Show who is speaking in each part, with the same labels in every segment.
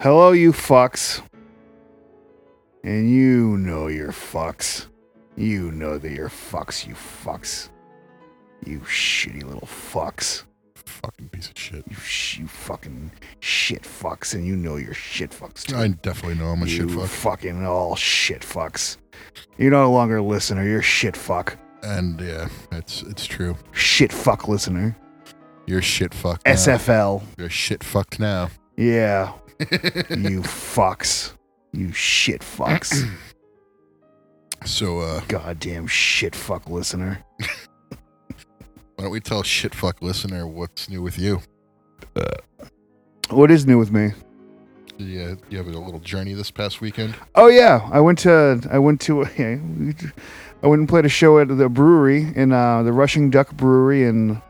Speaker 1: Hello, you fucks. And you know you're fucks. You know that you're fucks, you fucks. You shitty little fucks.
Speaker 2: Fucking piece of shit.
Speaker 1: You, sh- you fucking shit fucks, and you know you're shit fucks too.
Speaker 2: I definitely know I'm a
Speaker 1: you
Speaker 2: shit fuck.
Speaker 1: fucking all shit fucks. You're no longer a listener, you're a shit fuck.
Speaker 2: And yeah, it's it's true.
Speaker 1: Shit fuck listener.
Speaker 2: You're shit fucked. now.
Speaker 1: SFL.
Speaker 2: You're shit fucked now.
Speaker 1: Yeah. you fucks. You shit fucks.
Speaker 2: So uh,
Speaker 1: Goddamn shit fuck listener.
Speaker 2: why don't we tell shit fuck listener what's new with you?
Speaker 1: What is new with me?
Speaker 2: Yeah, you have a little journey this past weekend.
Speaker 1: Oh yeah, I went to I went to yeah, we- I went and played a show at the brewery in uh, the Rushing Duck Brewery in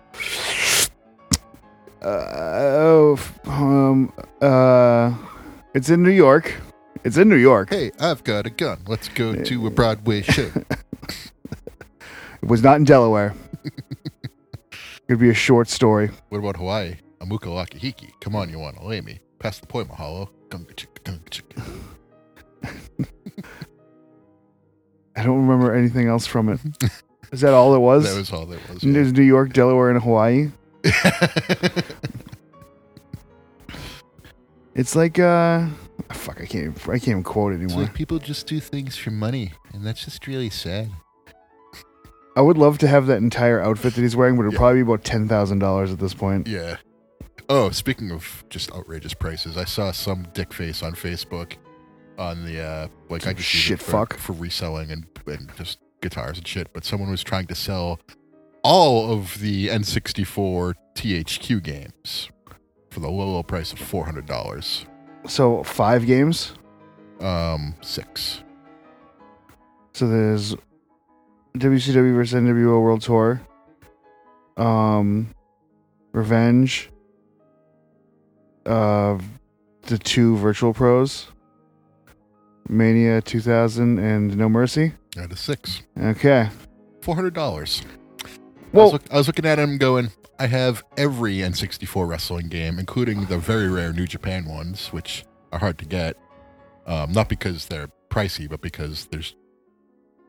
Speaker 1: uh, oh, f- um uh it's in New York. It's in New York.
Speaker 2: Hey, I've got a gun. Let's go to a Broadway show.
Speaker 1: It was not in Delaware. It'd be a short story.
Speaker 2: what about Hawaii? Amukalakahiki. Come on, you wanna lay me? Pass the poi mahalo. Gunga chicka, gunga chicka.
Speaker 1: I don't remember anything else from it. Is that all it was?
Speaker 2: That was all there was.
Speaker 1: It was New York, Delaware, and Hawaii.
Speaker 2: yeah.
Speaker 1: It's like uh fuck, I can't even, I can't even quote it
Speaker 2: It's
Speaker 1: anymore.
Speaker 2: like people just do things for money, and that's just really sad.
Speaker 1: I would love to have that entire outfit that he's wearing, but it'd
Speaker 2: Yeah.
Speaker 1: probably be about ten thousand dollars at this point.
Speaker 2: Yeah. Oh, speaking of just outrageous prices, I saw some dick face on Facebook on the uh like I
Speaker 1: Some
Speaker 2: could
Speaker 1: shit
Speaker 2: use it for,
Speaker 1: fuck.
Speaker 2: for reselling and, and just guitars and shit, but someone was trying to sell all of the N64 THQ games for the low, low price of four hundred dollars.
Speaker 1: So five games.
Speaker 2: Um, six.
Speaker 1: So there's WCW versus NWO World Tour, um, Revenge, uh, the two Virtual Pros, Mania 2000, and No Mercy.
Speaker 2: Out of six.
Speaker 1: Okay.
Speaker 2: Four hundred dollars. I, was
Speaker 1: Well,
Speaker 2: look, I was looking at him going, I have every N64 wrestling game, including the very rare New Japan ones, which are hard to get. Um, not because they're pricey, but because there's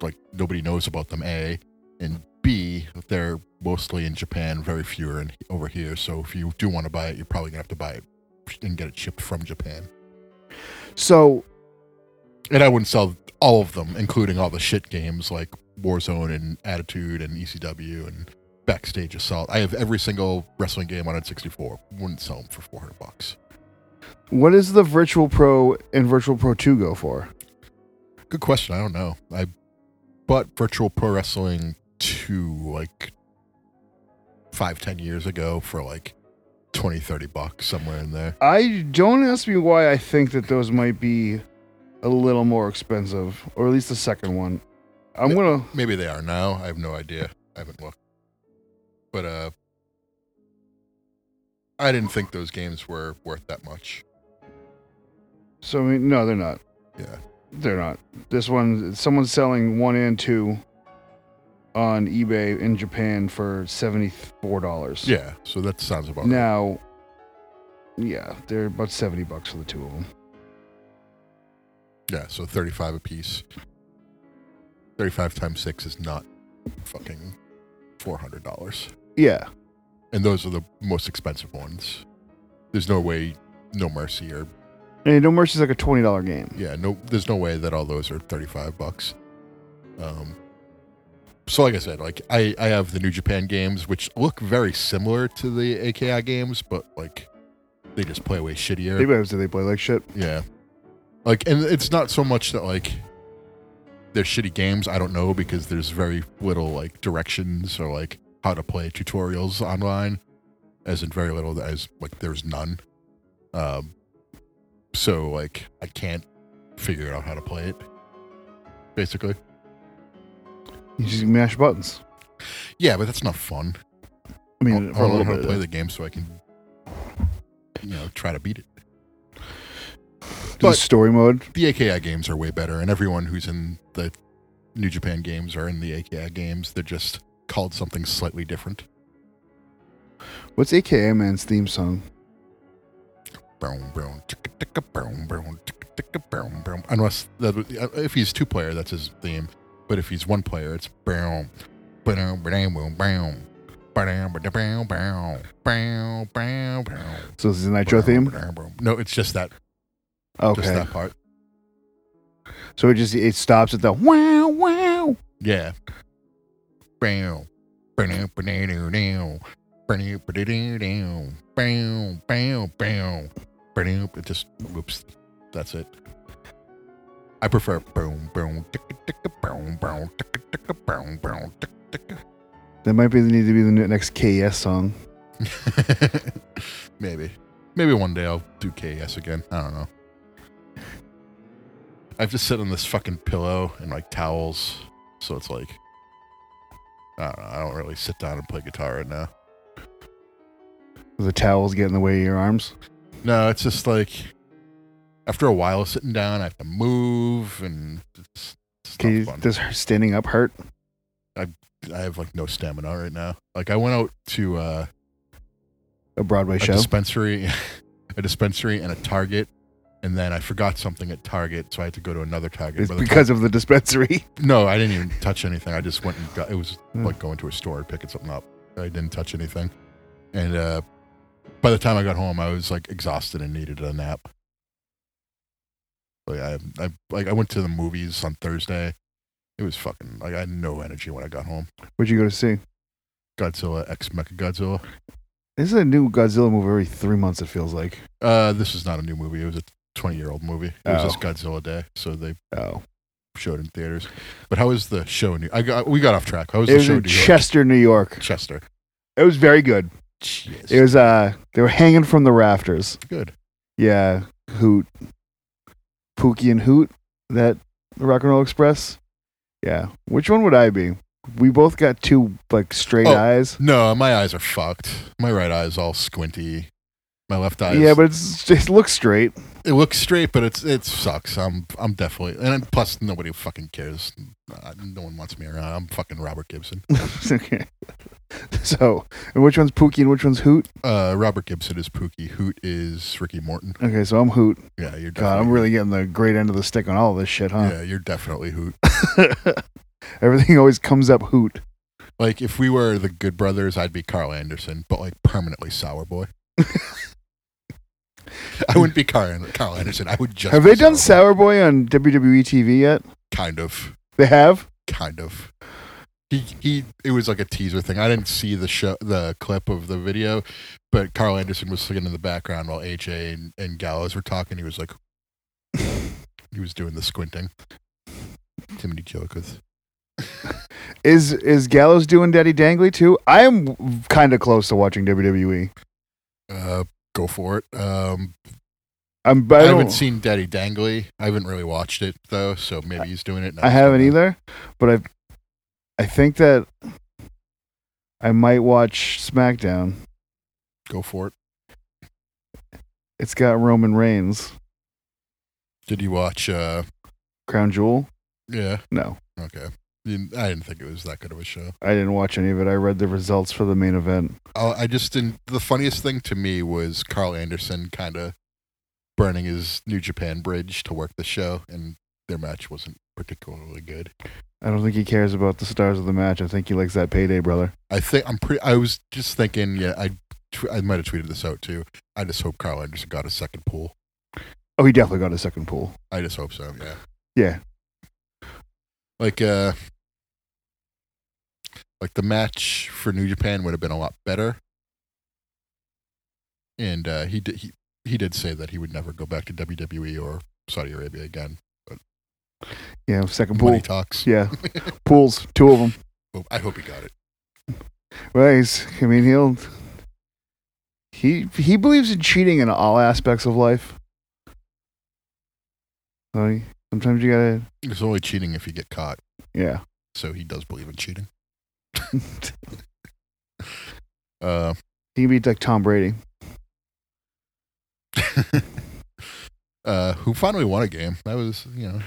Speaker 2: like nobody knows about them, A. And B, they're mostly in Japan, very few are in, over here. So if you do want to buy it, you're probably going to have to buy it and get it shipped from Japan.
Speaker 1: so
Speaker 2: And I wouldn't sell all of them, including all the shit games like Warzone and Attitude and ECW and Backstage Assault. I have every single wrestling game on N64. Wouldn't sell them for 400 bucks.
Speaker 1: what does the Virtual Pro and Virtual Pro 2 go for?
Speaker 2: Good question. I don't know. I bought Virtual Pro Wrestling 2 like five, ten years ago for like 20, 30 bucks, somewhere in there.
Speaker 1: I don't ask me why I think that those might be a little more expensive, or at least the second one. I'm gonna.
Speaker 2: Maybe they are now. I have no idea. I haven't looked. But uh I didn't think those games were worth that much.
Speaker 1: So I mean, no, they're not.
Speaker 2: Yeah.
Speaker 1: They're not. This one, someone's selling one and two on eBay in Japan for seventy four dollars.
Speaker 2: Yeah, so that sounds about right.
Speaker 1: Now, yeah, they're about seventy bucks for the two of them.
Speaker 2: Yeah, so 35 a piece. 35 times 6 is not fucking $400.
Speaker 1: Yeah.
Speaker 2: And those are the most expensive ones. There's no way No Mercy or
Speaker 1: And No Mercy's like a twenty dollar game.
Speaker 2: yeah, no there's no way that all those are 35 bucks. Um so like I said, like I I have the New Japan games which look very similar to the AKI games, but like they just play way shittier.
Speaker 1: Maybe I was they play like shit.
Speaker 2: Yeah. Like, and it's not so much that, like, they're shitty games. I don't know because there's very little, like, directions or, like, how to play tutorials online, as in very little, as, like, there's none. Um, so, like, I can't figure out how to play it, basically.
Speaker 1: You just mash buttons.
Speaker 2: Yeah, but that's not fun.
Speaker 1: I
Speaker 2: I,
Speaker 1: mean,
Speaker 2: want-
Speaker 1: for
Speaker 2: I
Speaker 1: a
Speaker 2: want
Speaker 1: little
Speaker 2: to learn how
Speaker 1: bit.
Speaker 2: to play the game so I can, you know, try to beat it.
Speaker 1: There's
Speaker 2: but-
Speaker 1: story mode.
Speaker 2: the AKI games are way better, and everyone who's in the New Japan games are in the AKI games. They're just called something slightly different.
Speaker 1: What's AKA Man's theme song?
Speaker 2: Brown, brown, chicka, ticka boom boom ticka ticka boom boom. Unless that would- if he's two player, that's his theme. But if he's one player, it's boom boom boom boom boom. Ba-dum, ba-dum, bow, bow, bow, bow, bow.
Speaker 1: So this is a Nitro theme.
Speaker 2: No, it's just that, just
Speaker 1: Okay.
Speaker 2: that part.
Speaker 1: So it just it stops at the wow wow.
Speaker 2: Yeah. Bow, ba-dum, ba-dum, down, ba-dum, ba-dum, down, bow, bow, bow, ba-dum. It just whoops. That's it. I prefer boom, boom, ticka, ticka, boom, boom, ticka, ticka, boom, boom, ticka,
Speaker 1: That might be the need to be the ne- next KS song.
Speaker 2: ticka. Maybe, maybe one day I'll do KS again. I don't know. I've just sit on this fucking pillow and like towels, so it's like I don't know. I don't really sit down and play guitar right now.
Speaker 1: The towels get in the way of your arms.
Speaker 2: No, it's just like after a while of sitting down, I have to move, and it's, it's
Speaker 1: Can
Speaker 2: not
Speaker 1: you,
Speaker 2: fun.
Speaker 1: does standing up hurt?
Speaker 2: I have like no stamina right now. Like I went out to uh,
Speaker 1: A Broadway
Speaker 2: a
Speaker 1: show.
Speaker 2: dispensary, a dispensary, and a Target, and then I forgot something at Target, so I had to go to another Target.
Speaker 1: It's
Speaker 2: By the
Speaker 1: because of the dispensary.
Speaker 2: time- no, I didn't even touch anything. I just went and got. It was
Speaker 1: Hmm.
Speaker 2: like going to a store and picking something up. I didn't touch anything, and uh, by the time I got home, I was like exhausted and needed a nap. Like I, I like I went to the movies on Thursday. It was fucking like I had no energy when I got home.
Speaker 1: What'd you go to see?
Speaker 2: Godzilla X Mecha Godzilla.
Speaker 1: This is a new Godzilla movie every three months. It feels like.
Speaker 2: Uh, this is not a new movie. It was a twenty year old movie. It was
Speaker 1: Oh.
Speaker 2: just Godzilla Day, so they
Speaker 1: Oh,
Speaker 2: showed in theaters. But how was the show? In New- I got we got off track. How was
Speaker 1: it
Speaker 2: the
Speaker 1: was
Speaker 2: show?
Speaker 1: in
Speaker 2: in New York?
Speaker 1: Chester, New York.
Speaker 2: Chester.
Speaker 1: It was very good. It was uh, they were hanging from the rafters.
Speaker 2: good.
Speaker 1: Yeah, Hoot, Pookie and Hoot, that the Rock and Roll Express. Yeah, which one would I be? We both got two like straight
Speaker 2: Oh,
Speaker 1: eyes.
Speaker 2: No, my eyes are fucked. My right eye is all squinty. My left eye.
Speaker 1: Yeah,
Speaker 2: is,
Speaker 1: but it's, it looks straight.
Speaker 2: it looks straight, but it's it sucks. I'm I'm definitely and plus nobody fucking cares. Uh, No one wants me around. I'm fucking Robert Gibson.
Speaker 1: okay. So, and which one's Pookie and which one's Hoot?
Speaker 2: Uh, Robert Gibson is Pookie. Hoot is Ricky Morton.
Speaker 1: Okay, so I'm Hoot.
Speaker 2: Yeah, you're. Definitely,
Speaker 1: God, I'm really getting the great end of the stick on all this shit, huh?
Speaker 2: Yeah, you're definitely Hoot.
Speaker 1: Everything always comes up Hoot.
Speaker 2: Like if we were the Good Brothers, I'd be Carl Anderson, but like permanently sour boy. I wouldn't be Carl, Carl Anderson. I would just.
Speaker 1: Have
Speaker 2: be
Speaker 1: they done
Speaker 2: Sour
Speaker 1: Sour Boy on WWE TV yet?
Speaker 2: Boy. Kind of,
Speaker 1: They have.
Speaker 2: kind of. He he. It was like a teaser thing. I didn't see the show, the clip of the video, but Carl Anderson was singing in the background while AJ and, and Gallows were talking. He was like, he was doing the squinting. Timothy Jokers.
Speaker 1: Is is Gallows doing Daddy Dangly too? I am kind of close to watching E. WWE.
Speaker 2: Uh, go for it. Um,
Speaker 1: I'm, but I,
Speaker 2: I,
Speaker 1: don't,
Speaker 2: haven't seen Daddy Dangly. I haven't really watched it though, so maybe he's doing it. and I'm
Speaker 1: I
Speaker 2: just
Speaker 1: haven't
Speaker 2: gonna-
Speaker 1: either, but I I think that I might watch SmackDown.
Speaker 2: Go for it.
Speaker 1: It's got Roman Reigns,
Speaker 2: Did you watch? uh
Speaker 1: Crown Jewel.
Speaker 2: Yeah.
Speaker 1: No,
Speaker 2: Okay. You- I didn't think it was that good of a show.
Speaker 1: I didn't watch any of it. I read the results for the main event.
Speaker 2: Oh, I just didn't. The funniest thing to me was Carl Anderson kind of burning his New Japan bridge to work the show, and their match wasn't particularly good.
Speaker 1: I don't think he cares about the stars of the match. I think he likes that payday, brother.
Speaker 2: I think I'm pretty. I was just thinking. Yeah, I tw- I might have tweeted this out too. I just hope Carl Anderson got a second pool.
Speaker 1: Oh, he definitely got a second pool.
Speaker 2: I just hope so. Yeah.
Speaker 1: Yeah.
Speaker 2: like uh like the match for New Japan would have been a lot better. And uh he did he, he did say that he would never go back to WWE or Saudi Arabia again.
Speaker 1: Yeah, second
Speaker 2: Money
Speaker 1: pool.
Speaker 2: talks.
Speaker 1: Yeah, pools, two of them.
Speaker 2: Oh, I hope he got it.
Speaker 1: Well, he's, I mean, he'll he he believes in cheating in all aspects of life. So he- sometimes you gotta,
Speaker 2: It's only cheating if you get caught.
Speaker 1: yeah.
Speaker 2: So he does believe in cheating. Uh
Speaker 1: He can be like Tom Brady.
Speaker 2: uh who finally won a game. That was, you know,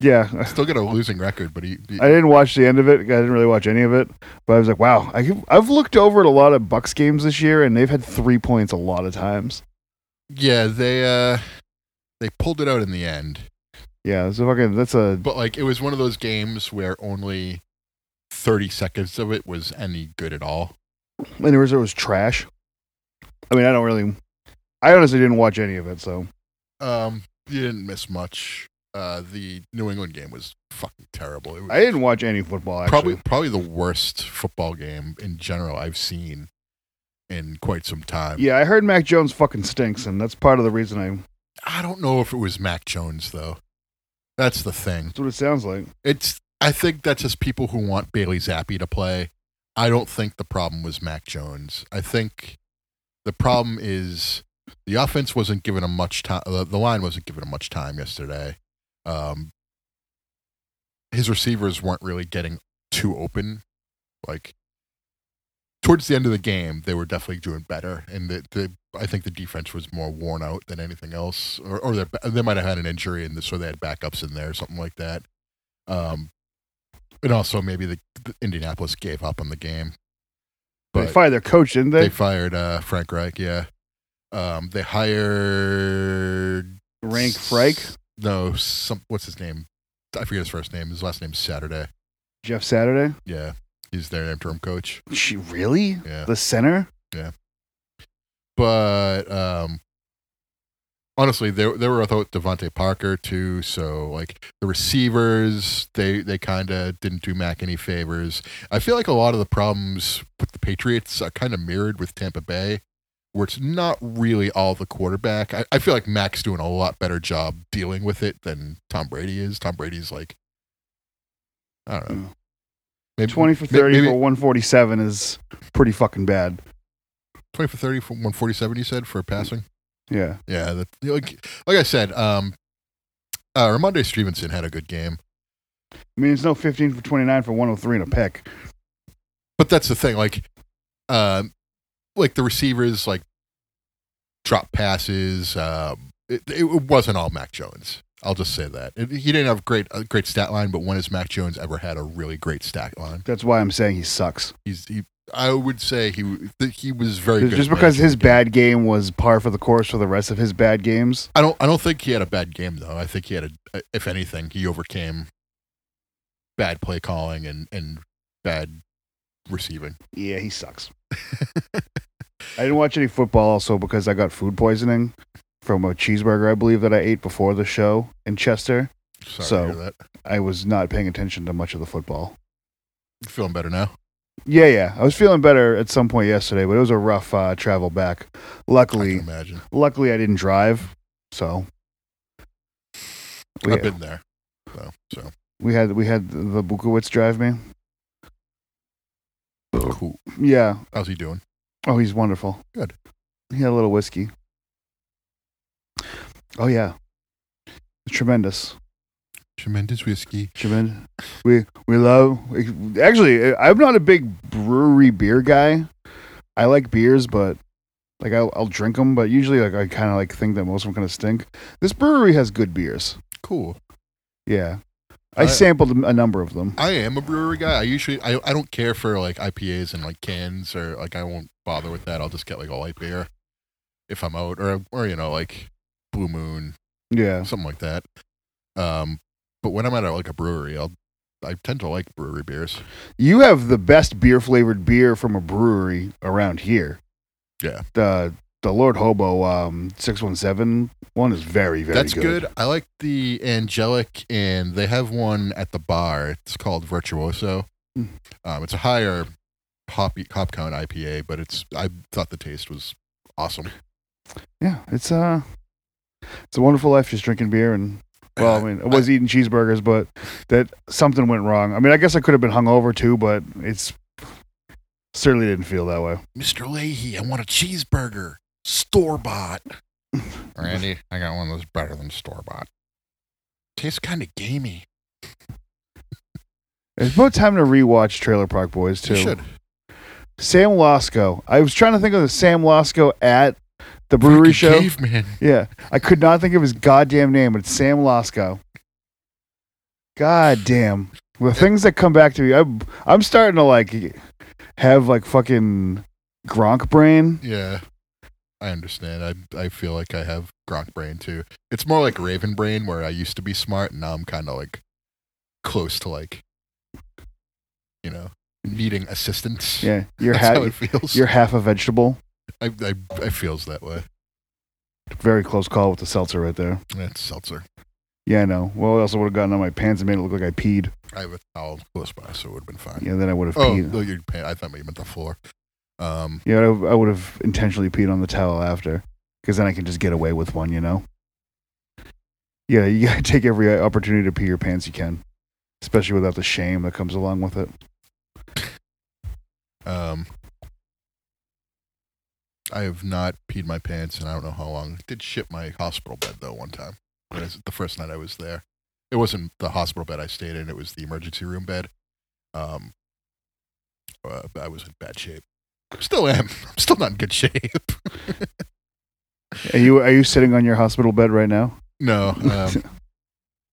Speaker 1: Yeah,
Speaker 2: still got a losing record, but he, he
Speaker 1: I didn't watch the end of it. I didn't really watch any of it, but I was like, wow. I could, I've looked over at a lot of Bucks games this year, and they've had three points a lot of times.
Speaker 2: Yeah, they uh they pulled it out in the end.
Speaker 1: Yeah, that's a fucking. That's a.
Speaker 2: But like it was one of those games where only 30 seconds of it was any good at all.
Speaker 1: And the result was trash. I mean, I don't really. I honestly didn't watch any of it, so
Speaker 2: Um, you didn't miss much. Uh, the New England game was fucking terrible. It was
Speaker 1: I didn't watch any football. Actually,
Speaker 2: probably probably the worst football game in general I've seen in quite some time.
Speaker 1: Yeah, I heard Mac Jones fucking stinks, and that's part of the reason I.
Speaker 2: I don't know if it was Mac Jones though. That's the thing.
Speaker 1: That's what it sounds like.
Speaker 2: It's I think that's just people who want Bailey Zappi to play. I don't think the problem was Mac Jones. I think the problem is the offense wasn't given him much time. The, the line wasn't given him much time yesterday. Um, his receivers weren't really getting too open. Like towards the end of the game, they were definitely doing better, and the, the I think the defense was more worn out than anything else, or or they they might have had an injury, and so they had backups in there, something like that. Um, and also maybe the, the Indianapolis gave up on the game.
Speaker 1: they fired their coach, didn't they?
Speaker 2: They fired uh, Frank Reich. Yeah. Um, they hired
Speaker 1: Rank Frank,
Speaker 2: s- No, some what's his name? I forget his first name. His last name's Saturday.
Speaker 1: Jeff Saturday.
Speaker 2: Yeah, he's their interim coach.
Speaker 1: She really
Speaker 2: Yeah,
Speaker 1: the center.
Speaker 2: but um, honestly, they they were without Devontae Parker too. So like the receivers, they they kind of didn't do Mac any favors. I feel like a lot of the problems with the Patriots are kind of mirrored with Tampa Bay, where it's not really all the quarterback. I, I feel like Mac's doing a lot better job dealing with it than Tom Brady is. Tom Brady's like, I don't know. Maybe,
Speaker 1: Twenty for
Speaker 2: may-
Speaker 1: thirty
Speaker 2: maybe-
Speaker 1: for one forty seven is pretty fucking bad.
Speaker 2: 20 for 30 for 147 you said for passing
Speaker 1: Yeah,
Speaker 2: Yeah, that, like like I said, um, uh, Ramondre Stevenson had a good game,
Speaker 1: I mean it's no fifteen for twenty nine for one hundred three in a pick.
Speaker 2: but that's the thing. Like, um, like the receivers like drop passes. Um, it, it wasn't all Mac Jones. I'll just say that It- he didn't have great a great stat line, but when has Mac Jones ever had a really great stat line?
Speaker 1: That's why I'm saying he sucks.
Speaker 2: He's he. I would say he w- that he was very good.
Speaker 1: Just
Speaker 2: at
Speaker 1: because his
Speaker 2: managing the game.
Speaker 1: bad game was par for the course for the rest of his bad games.
Speaker 2: I don't I don't think he had a bad game though. I think he had a if anything, he overcame bad play calling and and bad receiving.
Speaker 1: Yeah, he sucks. I didn't watch any football also because I got food poisoning from a cheeseburger I believe that I ate before the show in Chester.
Speaker 2: Sorry
Speaker 1: So-
Speaker 2: to hear that.
Speaker 1: I was not paying attention to much of the football.
Speaker 2: You feeling better now?
Speaker 1: Yeah, yeah. I was feeling better at some point yesterday, but it was a rough uh, travel back.
Speaker 2: I
Speaker 1: Luckily,
Speaker 2: can imagine.
Speaker 1: luckily I didn't drive, so we,
Speaker 2: I've been there. So so
Speaker 1: we had we had the Bukowitz drive me.
Speaker 2: cool.
Speaker 1: Yeah.
Speaker 2: How's he doing?
Speaker 1: Oh, he's wonderful.
Speaker 2: Good.
Speaker 1: He had a little whiskey. Oh yeah, tremendous.
Speaker 2: Tremendous whiskey.
Speaker 1: Tremendous. We we love. Actually, I'm not a big brewery beer guy. I like beers, but like I'll, I'll drink them. But usually, like I kind of like think that most of them kind of stink. This brewery has good beers.
Speaker 2: Cool.
Speaker 1: Yeah, I,
Speaker 2: I-
Speaker 1: sampled a number of them.
Speaker 2: I am a brewery guy. I usually I, I don't care for like IPAs and like cans or like I won't bother with that. I'll just get like a light beer if I'm out or or you know like Blue Moon
Speaker 1: Yeah,
Speaker 2: something like that. Um, but when I'm at a, like a brewery, I'll I tend to like brewery beers.
Speaker 1: you have the best beer flavored beer from a brewery around here.
Speaker 2: Yeah.
Speaker 1: the the Lord Hobo um six one seven one is very very
Speaker 2: That's
Speaker 1: good.
Speaker 2: good. I like the Angelic, and they have one at the bar. It's called Virtuoso.
Speaker 1: Mm.
Speaker 2: Um, it's a higher hoppy hop count IPA, but it's I thought the taste was awesome.
Speaker 1: Yeah, it's uh it's a wonderful life just drinking beer and well, I mean, I was eating cheeseburgers, but that something went wrong. I mean, I guess I could have been hungover too, but it's certainly didn't feel that way.
Speaker 2: Mr. Leahy, I want a cheeseburger, store bought. Randy, I got one that's better than store bought. Tastes kind of gamey.
Speaker 1: It's about time to rewatch Trailer Park Boys
Speaker 2: You
Speaker 1: too.
Speaker 2: should.
Speaker 1: Sam Losco. I was trying to think of the Sam Losco at the brewery
Speaker 2: Freaking
Speaker 1: show.
Speaker 2: Caveman.
Speaker 1: Yeah, I could not think of his goddamn name, but it's Sam Losco. God damn. The things that come back to me, I'm, I'm starting to like have like fucking Gronk brain.
Speaker 2: Yeah. I understand. I I feel like I have Gronk brain too. It's more like Raven brain, where I used to be smart, and now I'm kind of like close to like, you know, needing assistance.
Speaker 1: Yeah, you're
Speaker 2: That's how it
Speaker 1: half
Speaker 2: feels.
Speaker 1: you're half a vegetable.
Speaker 2: I, I I feels that way.
Speaker 1: Very close call with the seltzer right there.
Speaker 2: That's seltzer.
Speaker 1: Yeah, I know. Well, I also would have gotten on my pants and made it look like I peed.
Speaker 2: I have a towel close by, so it would have been fine.
Speaker 1: Yeah, then I would have
Speaker 2: Oh,
Speaker 1: peed.
Speaker 2: no, you I thought you meant the floor. Um,
Speaker 1: Yeah, I I would have intentionally peed on the towel after, because then I can just get away with one, you know. Yeah, you gotta take every opportunity to pee your pants you can, especially without the shame that comes along with it.
Speaker 2: um, I have not peed my pants, and I don't know how long. I did shit my hospital bed though one time. When I was- the first night I was there, it wasn't the hospital bed I stayed in; it was the emergency room bed. Um, uh, I was in bad shape. Still am. I'm still not in good shape.
Speaker 1: Are you are you sitting on your hospital bed right now?
Speaker 2: no, um,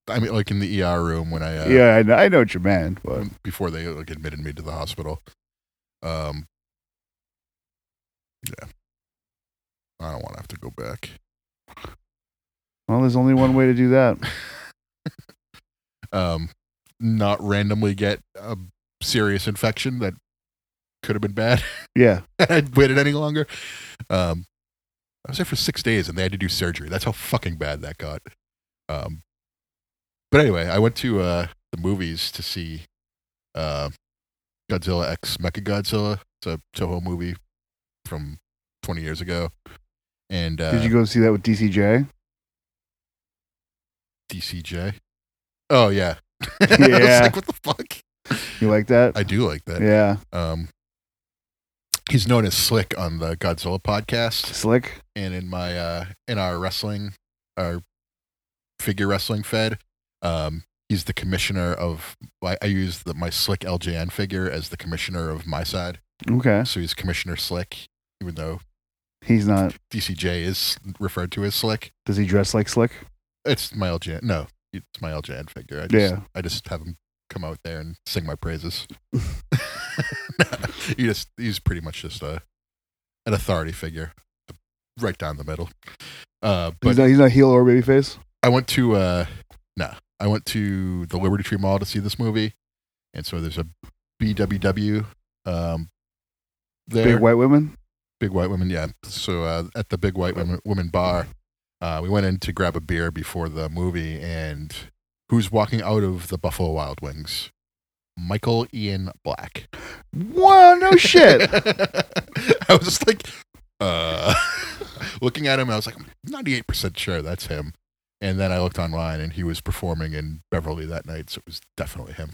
Speaker 2: I mean, like in the ER room when I uh,
Speaker 1: yeah, I know, I know what you meant, but
Speaker 2: before they like admitted me to the hospital. Um, yeah, I don't want to have to go back.
Speaker 1: well, there's only one way to do that.
Speaker 2: Um, not randomly get a serious infection that could have been bad.
Speaker 1: Yeah,
Speaker 2: I'd waited any longer. Um, I was there for six days and they had to do surgery. That's how fucking bad that got. Um, but anyway, I went to uh, the movies to see uh, Godzilla X Mecha Godzilla. It's a Toho movie from 20 years ago. And uh,
Speaker 1: did you go see that with DCJ?
Speaker 2: DCJ? Oh, yeah. I was
Speaker 1: Yeah.
Speaker 2: like, what the fuck?
Speaker 1: You like that?
Speaker 2: I do like that.
Speaker 1: yeah,
Speaker 2: Um, he's known as Slick on the Godzilla podcast.
Speaker 1: slick.
Speaker 2: and in my uh in our wrestling our figure wrestling fed um he's the commissioner of i, I use the, my slick ljn figure as the commissioner of my side
Speaker 1: Okay,
Speaker 2: so he's commissioner slick even though
Speaker 1: he's not.
Speaker 2: dcj is referred to as slick
Speaker 1: Does he dress like slick?
Speaker 2: it's my ljn no it's my ljn figure i just,
Speaker 1: Yeah.
Speaker 2: i just have him come out there and sing my praises he just he's pretty much just a an authority figure uh, right down the middle uh but
Speaker 1: he's not. He's not heel or babyface.
Speaker 2: I went to uh nah, I went to the Liberty Tree Mall to see this movie, and so there's a BWW um there
Speaker 1: Big white women.
Speaker 2: Big white women yeah so uh, at the big white women women bar uh, we went in to grab a beer before the movie and who's walking out of the Buffalo Wild Wings Michael Ian Black
Speaker 1: Whoa, no Oh, shit.
Speaker 2: I was just like, uh, looking at him, I was like, I'm 98% sure that's him. And then I looked online and he was performing in Beverly that night, so it was definitely him.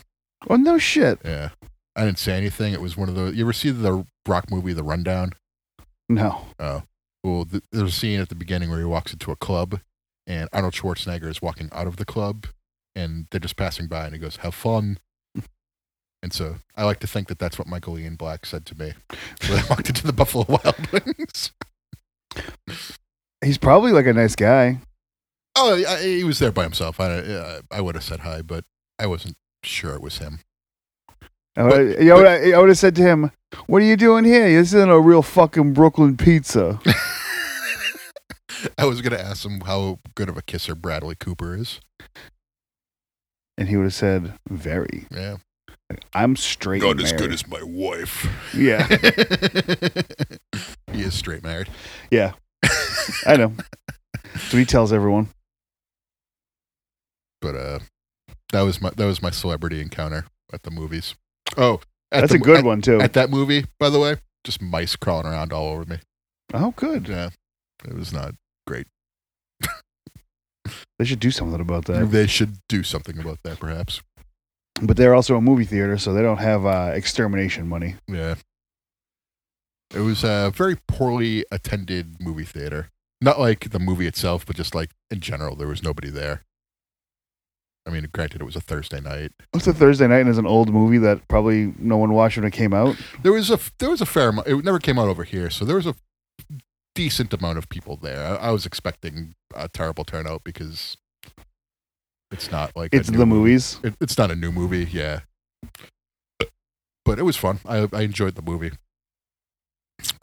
Speaker 1: oh no shit.
Speaker 2: Yeah. I didn't say anything. It was one of the, you ever see the rock movie, The Rundown?
Speaker 1: No.
Speaker 2: Well, th- there's a scene at the beginning where he walks into a club and Arnold Schwarzenegger is walking out of the club and they're just passing by and he goes, have fun. And so I like to think that that's what Michael Ian Black said to me when I walked into the Buffalo Wild Wings.
Speaker 1: He's probably like a nice guy.
Speaker 2: Oh, I, I- he was there by himself. I uh, I would have said hi, but I wasn't sure it was him.
Speaker 1: I would, I, would, I would have said to him, "What are you doing here? This isn't a real fucking Brooklyn pizza."
Speaker 2: I was gonna ask him how good of a kisser Bradley Cooper is.
Speaker 1: And he would have said, "Very.
Speaker 2: Yeah,
Speaker 1: I'm straight." and married."
Speaker 2: as my wife.
Speaker 1: yeah,
Speaker 2: he is straight married.
Speaker 1: yeah. I know. So he tells everyone.
Speaker 2: But uh, that was my that was my celebrity encounter at the movies. Oh, at
Speaker 1: That's
Speaker 2: the-
Speaker 1: a good
Speaker 2: at-
Speaker 1: one too.
Speaker 2: At that movie, by the way, just mice crawling around all over me.
Speaker 1: oh, good.
Speaker 2: Yeah, it was not.
Speaker 1: They should do something about that.
Speaker 2: They should do something about that, perhaps.
Speaker 1: But they're also a movie theater, so they don't have uh, extermination money.
Speaker 2: Yeah. It was a very poorly attended movie theater. Not like the movie itself, but just like in general, there was nobody there. I mean, granted, it was a Thursday night.
Speaker 1: It's a Thursday night, and it's an old movie that probably no one watched when it came out.
Speaker 2: There was a there was a fair amount. It never came out over here, so there was a decent amount of people there. I, I was expecting a terrible turnout because it's not like a
Speaker 1: It's
Speaker 2: new
Speaker 1: the
Speaker 2: movie.
Speaker 1: movies.
Speaker 2: It, it's not a new movie, yeah. But it was fun. I I enjoyed the movie.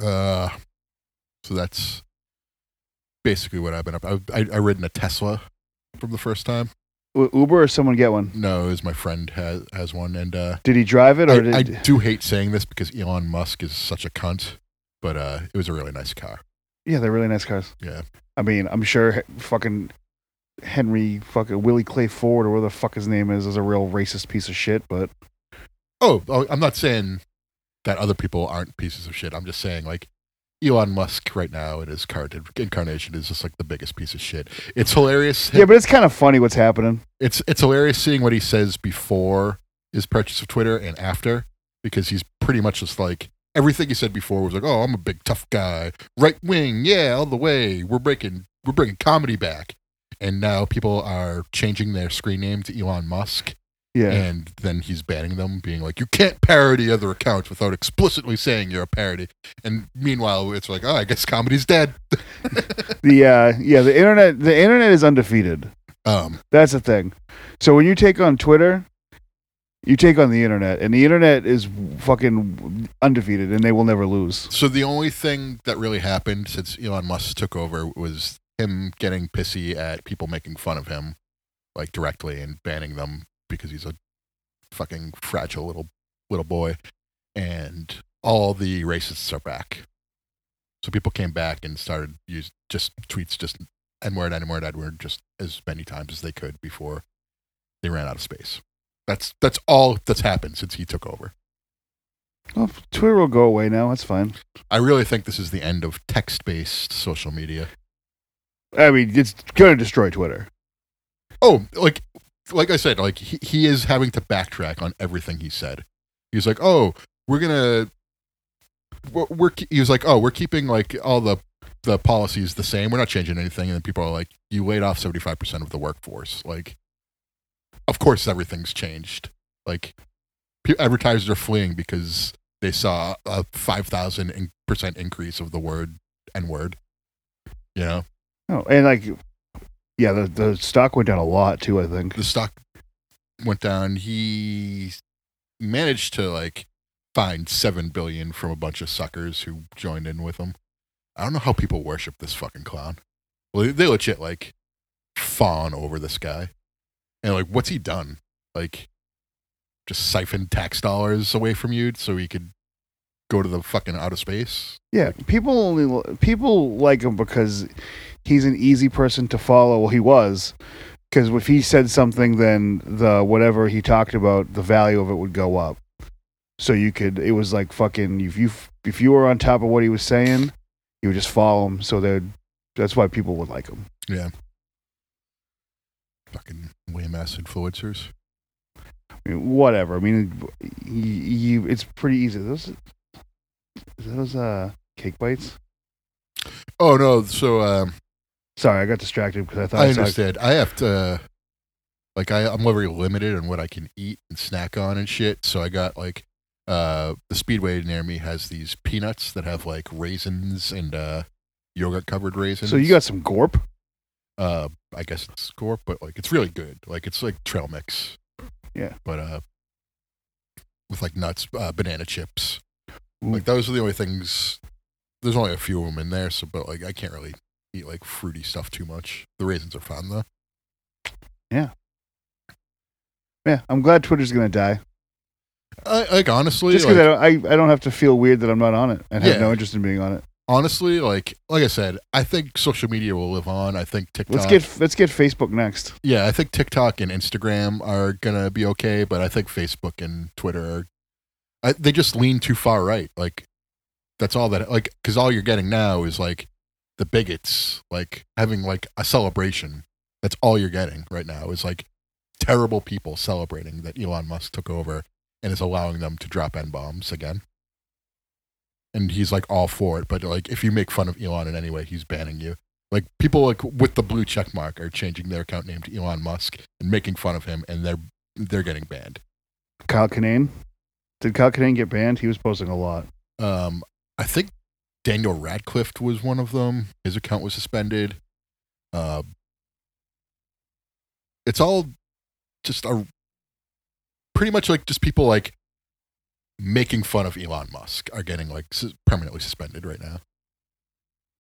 Speaker 2: Uh, so that's basically what I've been up. I've, I I ridden a Tesla from the first time.
Speaker 1: U- Uber or someone get one?
Speaker 2: No, it was my friend has has one, and uh,
Speaker 1: Did he drive it or
Speaker 2: I,
Speaker 1: did?
Speaker 2: I do hate saying this because Elon Musk is such a cunt, but uh, it was a really nice car.
Speaker 1: yeah, they're really nice cars.
Speaker 2: Yeah.
Speaker 1: I mean, I'm sure he- fucking Henry fucking Willie Clay Ford or whatever the fuck his name is is a real racist piece of shit. But
Speaker 2: Oh, oh, I'm not saying that other people aren't pieces of shit. I'm just saying like Elon Musk right now in his current incarnation is just like the biggest piece of shit. It's hilarious.
Speaker 1: yeah, but it's kind of funny what's happening.
Speaker 2: It's it's hilarious seeing what he says before his purchase of Twitter and after because he's pretty much just like everything he said before was like, "Oh, I'm a big tough guy, right wing, yeah, all the way. We're breaking we're bringing comedy back." And now people are changing their screen name to Elon Musk
Speaker 1: Yeah.
Speaker 2: and then he's banning them, being like, "You can't parody other accounts without explicitly saying you're a parody." And meanwhile, it's like, "Oh, I guess comedy's dead."
Speaker 1: The uh, yeah, the internet the internet is undefeated.
Speaker 2: Um,
Speaker 1: That's the thing. So when you take on Twitter, you take on the internet, and the internet is fucking undefeated, and they will never lose.
Speaker 2: so the only thing that really happened since Elon Musk took over was him getting pissy at people making fun of him, like directly, and banning them because he's a fucking fragile little little boy, and all the racists are back. So people came back and started use just tweets, just n word, n word, n word, just as many times as they could before they ran out of space. That's that's all that's happened since he took over.
Speaker 1: Well, Twitter will go away now. That's fine.
Speaker 2: I really think this is the end of text-based social media.
Speaker 1: I mean, it's gonna destroy Twitter.
Speaker 2: Oh, like like I said, like he, he is having to backtrack on everything he said. He's like, "Oh, we're going to we're, we're ke- he was like, "Oh, we're keeping like all the the policies the same. We're not changing anything." And then people are like, "You laid off 75% of the workforce." Like of course everything's changed. Like pe- advertisers are fleeing because they saw a 5000% in- percent increase of the word and word. You know?
Speaker 1: Oh, and like, yeah, the the stock went down a lot too. I think.
Speaker 2: the stock went down. He managed to like find seven billion from a bunch of suckers who joined in with him. I don't know how people worship this fucking clown. Well, they legit like fawn over this guy, and like, what's he done? Like, just siphon tax dollars away from you so he could go to the fucking outer space.
Speaker 1: Yeah, people only people like him because he's an easy person to follow. Well, he was because if he said something, then the whatever he talked about, the value of it would go up. So you could, it was like fucking if you if you were on top of what he was saying, you would just follow him. So that that's why people would like him.
Speaker 2: Fucking lame ass influencers.
Speaker 1: I mean, whatever. I mean, you, you, it's pretty easy. Those is those uh cake bites.
Speaker 2: Oh no! So um,
Speaker 1: Sorry, I got distracted because I thought
Speaker 2: I
Speaker 1: I saw-
Speaker 2: understand. I have to, like, I, I'm very limited on what I can eat and snack on and shit. So I got like, uh, the speedway near me has these peanuts that have like raisins and uh, yogurt covered raisins.
Speaker 1: So you got some gorp.
Speaker 2: uh, I guess it's corp, but like, it's really good. Like, it's like trail mix.
Speaker 1: Yeah.
Speaker 2: But uh, with like nuts, uh, banana chips. Like those are the only things. There's only a few of them in there, so but like I can't really eat like fruity stuff too much. The raisins are fun though.
Speaker 1: Yeah, I'm glad Twitter's gonna die.
Speaker 2: I, like honestly,
Speaker 1: Just because
Speaker 2: like-
Speaker 1: I, don't, I, I don't have to feel weird that I'm not on it and have
Speaker 2: Yeah.
Speaker 1: no interest in being on it.
Speaker 2: honestly, like like I said, I think social media will live on. I think TikTok.
Speaker 1: Let's get let's get Facebook next.
Speaker 2: yeah, I think TikTok and Instagram are gonna be okay, but I think Facebook and Twitter are I, they just lean too far right. Like that's all that like because all you're getting now is like the bigots like having like a celebration. That's all you're getting right now is like terrible people celebrating that Elon Musk took over and is allowing them to drop n bombs again. And he's like all for it, but like if you make fun of Elon in any way, he's banning you. Like people like with the blue check mark are changing their account name to Elon Musk and making fun of him, and they're they're getting banned.
Speaker 1: Kyle Kinane. Did Kyle Kinane get banned? He was posting a lot.
Speaker 2: Um, I think Daniel Radcliffe was one of them. His account was suspended. Uh, it's all just a pretty much like just people like making fun of Elon Musk are getting like sus- permanently suspended right now.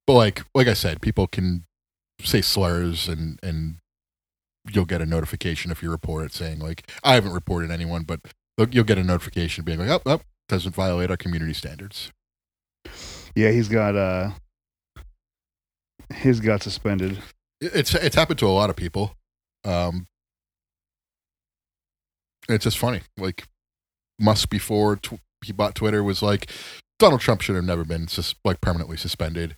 Speaker 2: But like like I said, people can say slurs and and you'll get a notification if you report it saying like I haven't reported anyone, but you'll you'll get a notification being like, oh, oh doesn't violate our community standards.
Speaker 1: Yeah, he's got uh his got suspended.
Speaker 2: It- It's it's happened to a lot of people. Um, it's just funny. Like Musk before tw- he bought Twitter was like Donald Trump should have never been sus- like permanently suspended.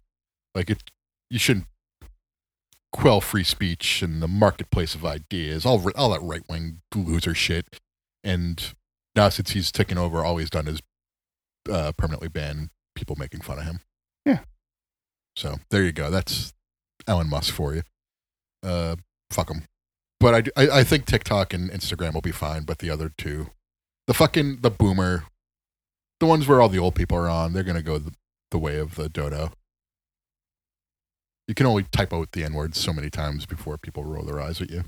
Speaker 2: Like it, you shouldn't quell free speech and the marketplace of ideas, all ri- all that right wing loser shit. And now since he's taken over, all he's done is uh, permanently ban people making fun of him.
Speaker 1: Yeah.
Speaker 2: So there you go. That's Elon Musk for you. Uh, fuck him. But I, do- I, I think TikTok and Instagram will be fine, but the other two, the fucking the boomer, the ones where all the old people are on, they're gonna go the, the way of the dodo. You can only type out the n word so many times before people roll their eyes at you.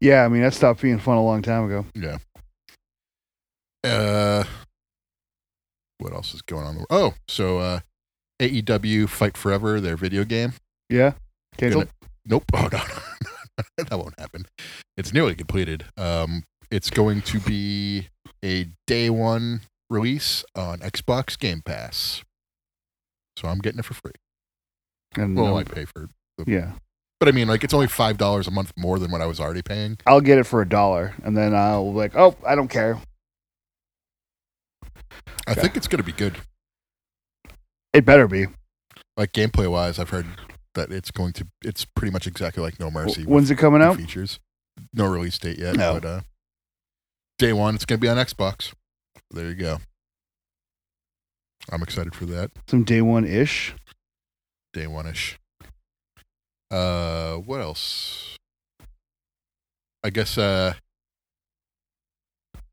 Speaker 1: Yeah, I mean that stopped being fun a long time ago.
Speaker 2: Yeah. Uh, what else is going on? Oh, so uh, AEW Fight Forever, their video game.
Speaker 1: Yeah, canceled.
Speaker 2: Nope. Oh no, no, no. that won't happen. It's nearly completed. Um, it's going to be a day one release on Xbox Game Pass. So I'm getting it for free.
Speaker 1: And um,
Speaker 2: Well, I pay for it,
Speaker 1: yeah,
Speaker 2: but I mean, like, it's only five dollars a month more than what I was already paying.
Speaker 1: I'll get it for a dollar, and then I'll be like, oh, I don't care.
Speaker 2: I
Speaker 1: Okay.
Speaker 2: think it's going to be good.
Speaker 1: It better be.
Speaker 2: Like gameplay wise, I've heard that it's going to. It's pretty much exactly like No Mercy.
Speaker 1: W-
Speaker 2: with
Speaker 1: When's it coming
Speaker 2: new
Speaker 1: out?
Speaker 2: features. No release date yet,
Speaker 1: No.
Speaker 2: but uh, day one, it's going to be on Xbox. There you go. I'm excited for that.
Speaker 1: Some day one ish.
Speaker 2: Day one ish. Uh, what else? I guess uh,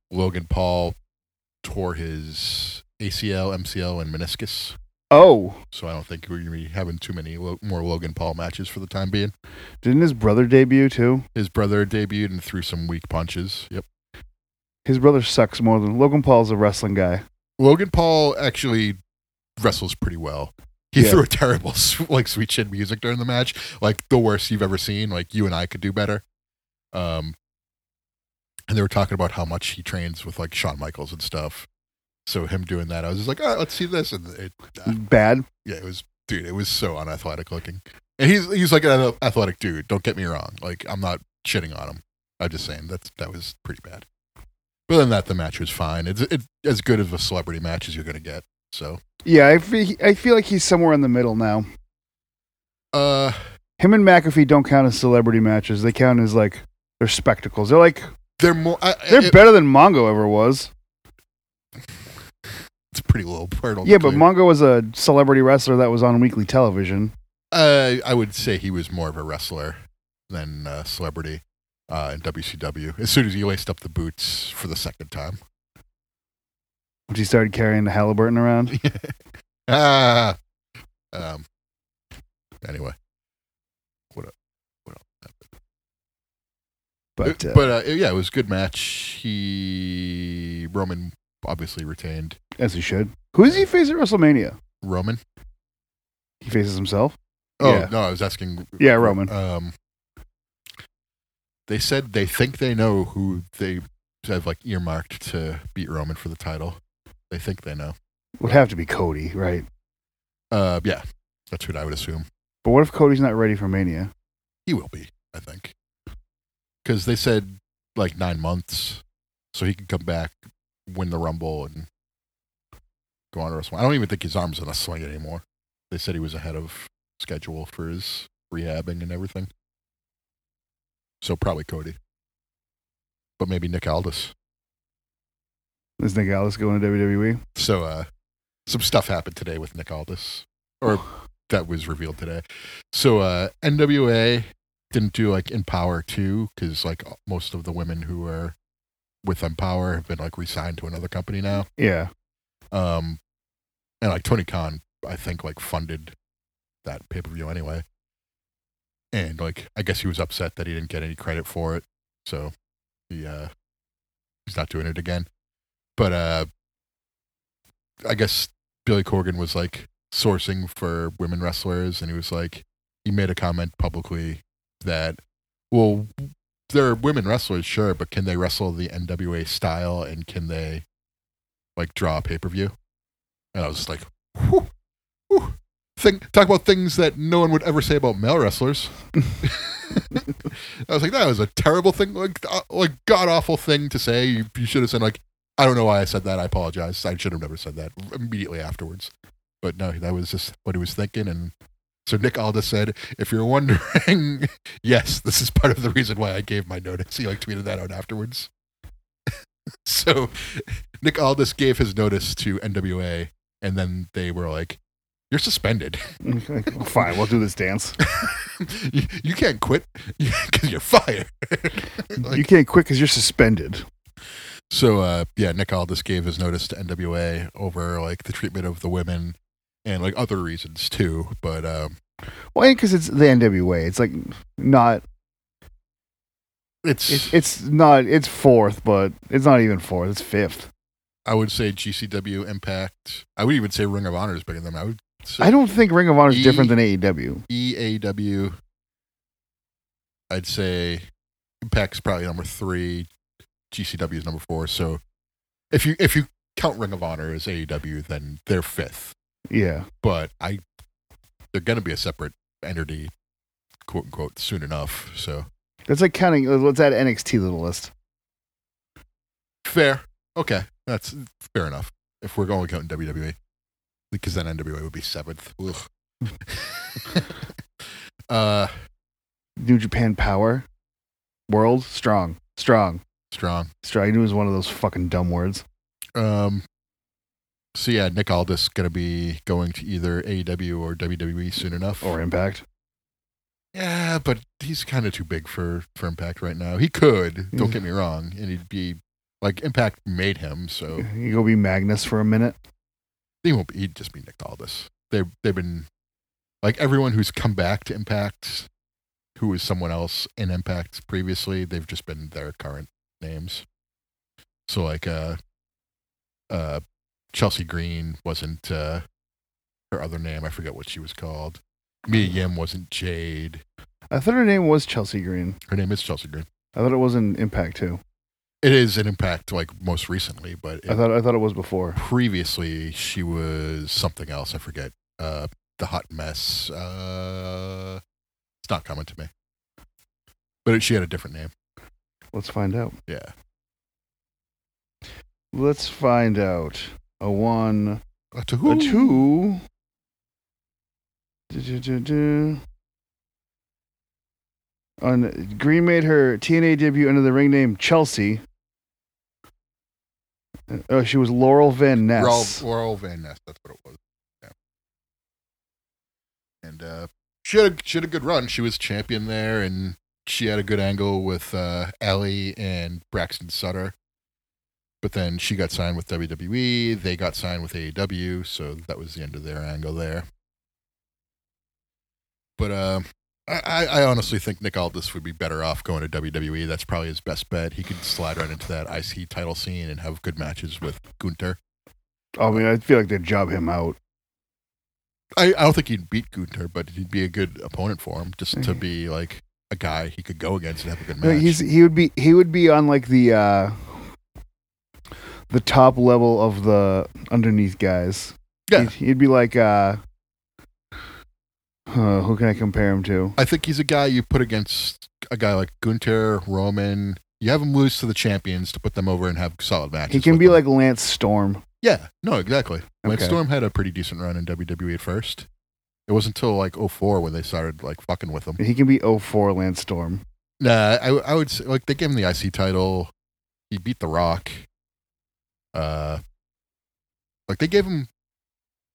Speaker 2: Logan Paul tore his ACL, MCL, and meniscus,
Speaker 1: Oh,
Speaker 2: so I don't think we're going to be having too many lo- more Logan Paul matches for the time being.
Speaker 1: didn't his brother debut too?
Speaker 2: His brother debuted and threw some weak punches. Yep.
Speaker 1: His brother sucks more than Logan Paul's a wrestling guy.
Speaker 2: Logan Paul actually wrestles pretty well. He
Speaker 1: Yeah.
Speaker 2: threw a terrible, like sweet shit music during the match, like the worst you've ever seen. Like you and I could do better. Um, and they were talking about how much he trains with like Shawn Michaels and stuff. So him doing that, I was just like, all right, let's see this. And it,
Speaker 1: Bad.
Speaker 2: yeah, it was, dude, it was so unathletic looking. And he's he's like an athletic dude. Don't get me wrong. Like I'm not shitting on him. I'm just saying that's that was pretty bad. But other than that, the match was fine. It's it's as good of a celebrity match as you're gonna get. So,
Speaker 1: Yeah, I fe- I feel like he's somewhere in the middle now.
Speaker 2: uh,
Speaker 1: Him and McAfee don't count as celebrity matches. They count as like they're spectacles. They're like
Speaker 2: they're more. I,
Speaker 1: they're
Speaker 2: Eh, it-
Speaker 1: better than Mongo ever was.
Speaker 2: it's a pretty low hurdle. to
Speaker 1: Yeah, but
Speaker 2: Oh, clear.
Speaker 1: Mongo was a celebrity wrestler that was on weekly television.
Speaker 2: uh, I would say he was more of a wrestler than a celebrity uh, in WCW. As soon as he laced up the boots for the second time.
Speaker 1: Which he started carrying the Halliburton around.
Speaker 2: ah. Um. Anyway, what el- what else happened?
Speaker 1: But, uh,
Speaker 2: but uh, yeah, it was a good match. He Roman obviously retained
Speaker 1: as he should. Who does he face at WrestleMania?
Speaker 2: Roman.
Speaker 1: He faces himself.
Speaker 2: Oh
Speaker 1: Yeah.
Speaker 2: no, I was asking.
Speaker 1: Yeah, Roman.
Speaker 2: Um. They said they think they know who they have like earmarked to beat Roman for the title. They think they know.
Speaker 1: Would have to be Cody, right?
Speaker 2: Uh, yeah, that's what I would assume.
Speaker 1: But what if Cody's not ready for Mania?
Speaker 2: He will be, I think. Because they said like nine months, so he can come back, win the Rumble, and go on to WrestleMania. I don't even think his arm's in a sling anymore. They said he was ahead of schedule for his rehabbing and everything. So probably Cody. But maybe Nick Aldis.
Speaker 1: Is Nick Aldis going to WWE?
Speaker 2: So uh, some stuff happened today with Nick Aldis, or that was revealed today. So uh, NWA didn't do like Empower two because like most of the women who were with Empower have been like re-signed to another company now.
Speaker 1: Yeah.
Speaker 2: Um, and like Tony Khan, I think like funded that pay per view anyway. And like I guess he was upset that he didn't get any credit for it, so he uh he's not doing it again. But uh I guess Billy Corgan was like sourcing for women wrestlers, and he was like, he made a comment publicly that, well, there are women wrestlers, sure, but can they wrestle the NWA style and can they like draw a pay per view? And I was just like, whew, whew. Think, talk about things that no one would ever say about male wrestlers. I was like, that was a terrible thing, like, uh, like god awful thing to say. You, you should have said like, I don't know why I said that. I apologize. I should have never said that immediately afterwards. But no, that was just what he was thinking. And so Nick Alda said, if you're wondering, yes, this is part of the reason why I gave my notice. He like tweeted that out afterwards. so Nick Aldis gave his notice to NWA, and then they were like, you're suspended.
Speaker 1: Okay, fine, we'll do this dance.
Speaker 2: you, you can't quit because you're fired. Like-
Speaker 1: you can't quit because you're suspended.
Speaker 2: So uh, yeah, Nick Aldis gave his notice to NWA over like the treatment of the women and like other reasons too. But um,
Speaker 1: Well, because it's the NWA. It's like not.
Speaker 2: it's,
Speaker 1: It's, it's not. It's fourth, but it's not even fourth. It's fifth.
Speaker 2: I would say GCW Impact. I would even say Ring of Honor is bigger than them. I would say
Speaker 1: I don't think Ring of Honor is
Speaker 2: E-
Speaker 1: different than AEW.
Speaker 2: EAW. E I'd say Impact's probably number three. GCW is number four. So if you if you count Ring of Honor as AEW, then they're fifth.
Speaker 1: Yeah.
Speaker 2: but I they're gonna be a separate entity, quote unquote, soon enough. So
Speaker 1: That's like counting. Let's add NXT to the list.
Speaker 2: fair, okay, that's fair enough. If we're going counting WWE, because then NWA would be seventh. Ugh. uh,
Speaker 1: New Japan Power, World Strong, Strong,
Speaker 2: strong.
Speaker 1: Strong. I knew it was one of those fucking dumb words.
Speaker 2: Um, so yeah, Nick Aldis gonna be going to either AEW or WWE soon enough.
Speaker 1: Or Impact.
Speaker 2: Yeah, but he's kind of too big for for Impact right now. He could, don't
Speaker 1: Yeah.
Speaker 2: get me wrong, and he'd be like Impact made him, so
Speaker 1: You go be Magnus for a minute.
Speaker 2: they won't be, he'd just be Nick Aldis. They they've been like everyone who's come back to Impact, who was someone else in Impact previously, they've just been their current names. So like uh uh Chelsea Green wasn't uh her other name, I forget what she was called. Mia Yim wasn't Jade.
Speaker 1: I thought her name was Chelsea Green.
Speaker 2: Her name is Chelsea Green.
Speaker 1: I thought it was in Impact too.
Speaker 2: It is an impact like most recently, but
Speaker 1: I
Speaker 2: it-
Speaker 1: thought I thought it was before.
Speaker 2: previously she was something else. I forget. Uh, the hot mess. Uh, it's not coming to me. But it, she had a different name.
Speaker 1: Let's find out.
Speaker 2: Yeah.
Speaker 1: Let's find out. A one.
Speaker 2: A two.
Speaker 1: A two. Du-du-du-du. On Green made her TNA debut under the ring name Chelsea. Uh, Oh, she was Laurel Van Ness.
Speaker 2: Laurel, Laurel Van Ness. That's what it was. Yeah. And uh, she had a, she had a good run. She was champion there, and she had a good angle with uh, Ellie and Braxton Sutter. But then she got signed with WWE. They got signed with AEW, so that was the end of their angle there. But uh, I, I I honestly think Nick Aldis would be better off going to WWE. That's probably his best bet. He could slide right into that IC title scene and have good matches with Gunter.
Speaker 1: I mean, I feel like they'd job him out.
Speaker 2: I, I don't think he'd beat Gunter, but he'd be a good opponent for him just to be like a guy he could go against and have a good
Speaker 1: Mm-hmm. No,
Speaker 2: match.
Speaker 1: he's he would be he would be on like the uh the top level of the underneath guys.
Speaker 2: Yeah.
Speaker 1: He'd, he'd be like uh, uh who can I compare him to?
Speaker 2: I think he's a guy you put against a guy like Gunter, Roman. You have him lose to the champions to put them over and have solid matches.
Speaker 1: He can
Speaker 2: with
Speaker 1: be
Speaker 2: them.
Speaker 1: like Lance Storm.
Speaker 2: Yeah, no, exactly. When
Speaker 1: Okay.
Speaker 2: Storm had a pretty decent run in WWE at first. It wasn't until like 04 when they started like fucking with him.
Speaker 1: He can be 04 Lance Storm.
Speaker 2: Nah, I I would say like they gave him the IC title. He beat The Rock. Uh, like they gave him.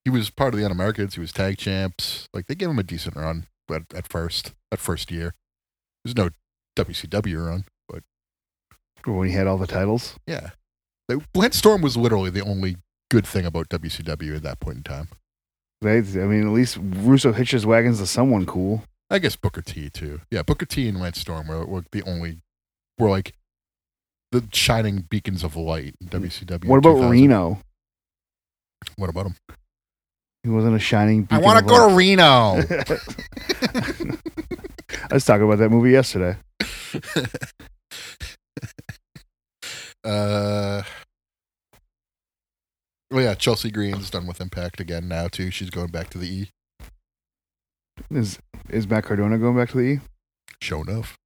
Speaker 2: He was part of the Un Americans. He was tag champs. Like they gave him a decent run at at first. That first year, there's no WCW run, but
Speaker 1: When he had all the titles.
Speaker 2: yeah, they, Lance Storm was literally the only good thing about WCW at that point in time.
Speaker 1: They, I mean, at least Russo hitched his wagons to someone cool.
Speaker 2: I guess Booker T too. Yeah, Booker T and Lance Storm were, were the only were like the shining beacons of light in WCW. in
Speaker 1: What about
Speaker 2: 2000.
Speaker 1: Reno?
Speaker 2: What about him?
Speaker 1: He wasn't a shining.
Speaker 2: I
Speaker 1: beacon
Speaker 2: want to
Speaker 1: of
Speaker 2: go
Speaker 1: light.
Speaker 2: to Reno.
Speaker 1: I was talking about that movie yesterday.
Speaker 2: uh, well, yeah, Chelsea Green's done with Impact again now too. She's going back to the E.
Speaker 1: Is is Matt Cardona going back to the E?
Speaker 2: Show enough.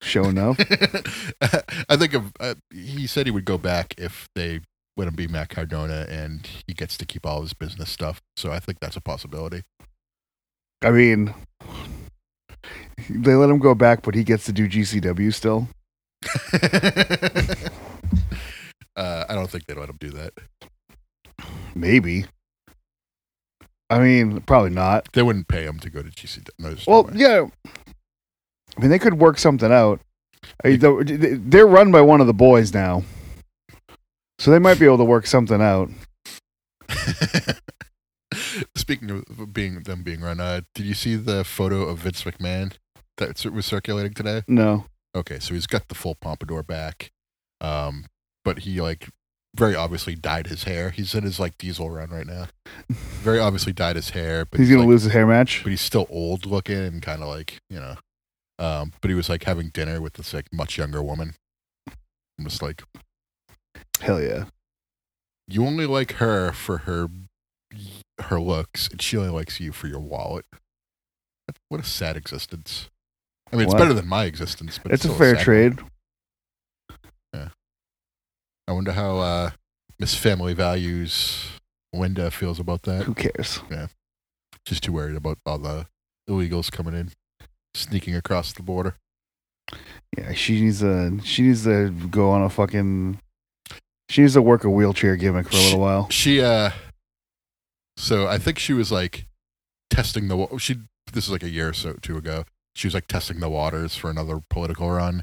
Speaker 1: Show enough.
Speaker 2: I think of, uh, he said he would go back if they let him be Matt Cardona and he gets to keep all his business stuff. So I think that's a possibility.
Speaker 1: I mean, they let him go back, but he gets to do GCW still.
Speaker 2: uh, I don't think they let him do that.
Speaker 1: Maybe. I mean, probably not.
Speaker 2: They wouldn't pay him to go to GC. No, there's no
Speaker 1: Well,
Speaker 2: way.
Speaker 1: yeah. I mean, they could work something out. I- though- They're run by one of the boys now, so they might be able to work something out.
Speaker 2: Speaking of being them being run, uh, did you see the photo of Vince McMahon that was circulating today?
Speaker 1: No,
Speaker 2: Okay, so he's got the full pompadour back, um, but he like very obviously dyed his hair. He's in his like diesel run right now. Very obviously dyed his hair, but
Speaker 1: he's gonna
Speaker 2: like,
Speaker 1: lose his hair match.
Speaker 2: But he's still old looking and kind of like you know. Um, but he was like having dinner with this like much younger woman. I'm just like,
Speaker 1: Hell yeah!
Speaker 2: you only like her for her her looks, and she only likes you for your wallet. What a sad existence. I mean,
Speaker 1: What?
Speaker 2: it's better than my existence, but
Speaker 1: It's a
Speaker 2: still
Speaker 1: fair
Speaker 2: sad-
Speaker 1: trade.
Speaker 2: I wonder how uh, Miss Family Values Linda feels about that.
Speaker 1: Who cares?
Speaker 2: She's too worried about all the illegals coming in, sneaking across the border.
Speaker 1: Yeah, she needs to. She needs to go on a fucking. She needs to work a wheelchair gimmick for a little while.
Speaker 2: She, uh, so I think she was like testing the. wa- She this is like a year or so two ago. She was like testing the waters for another political run,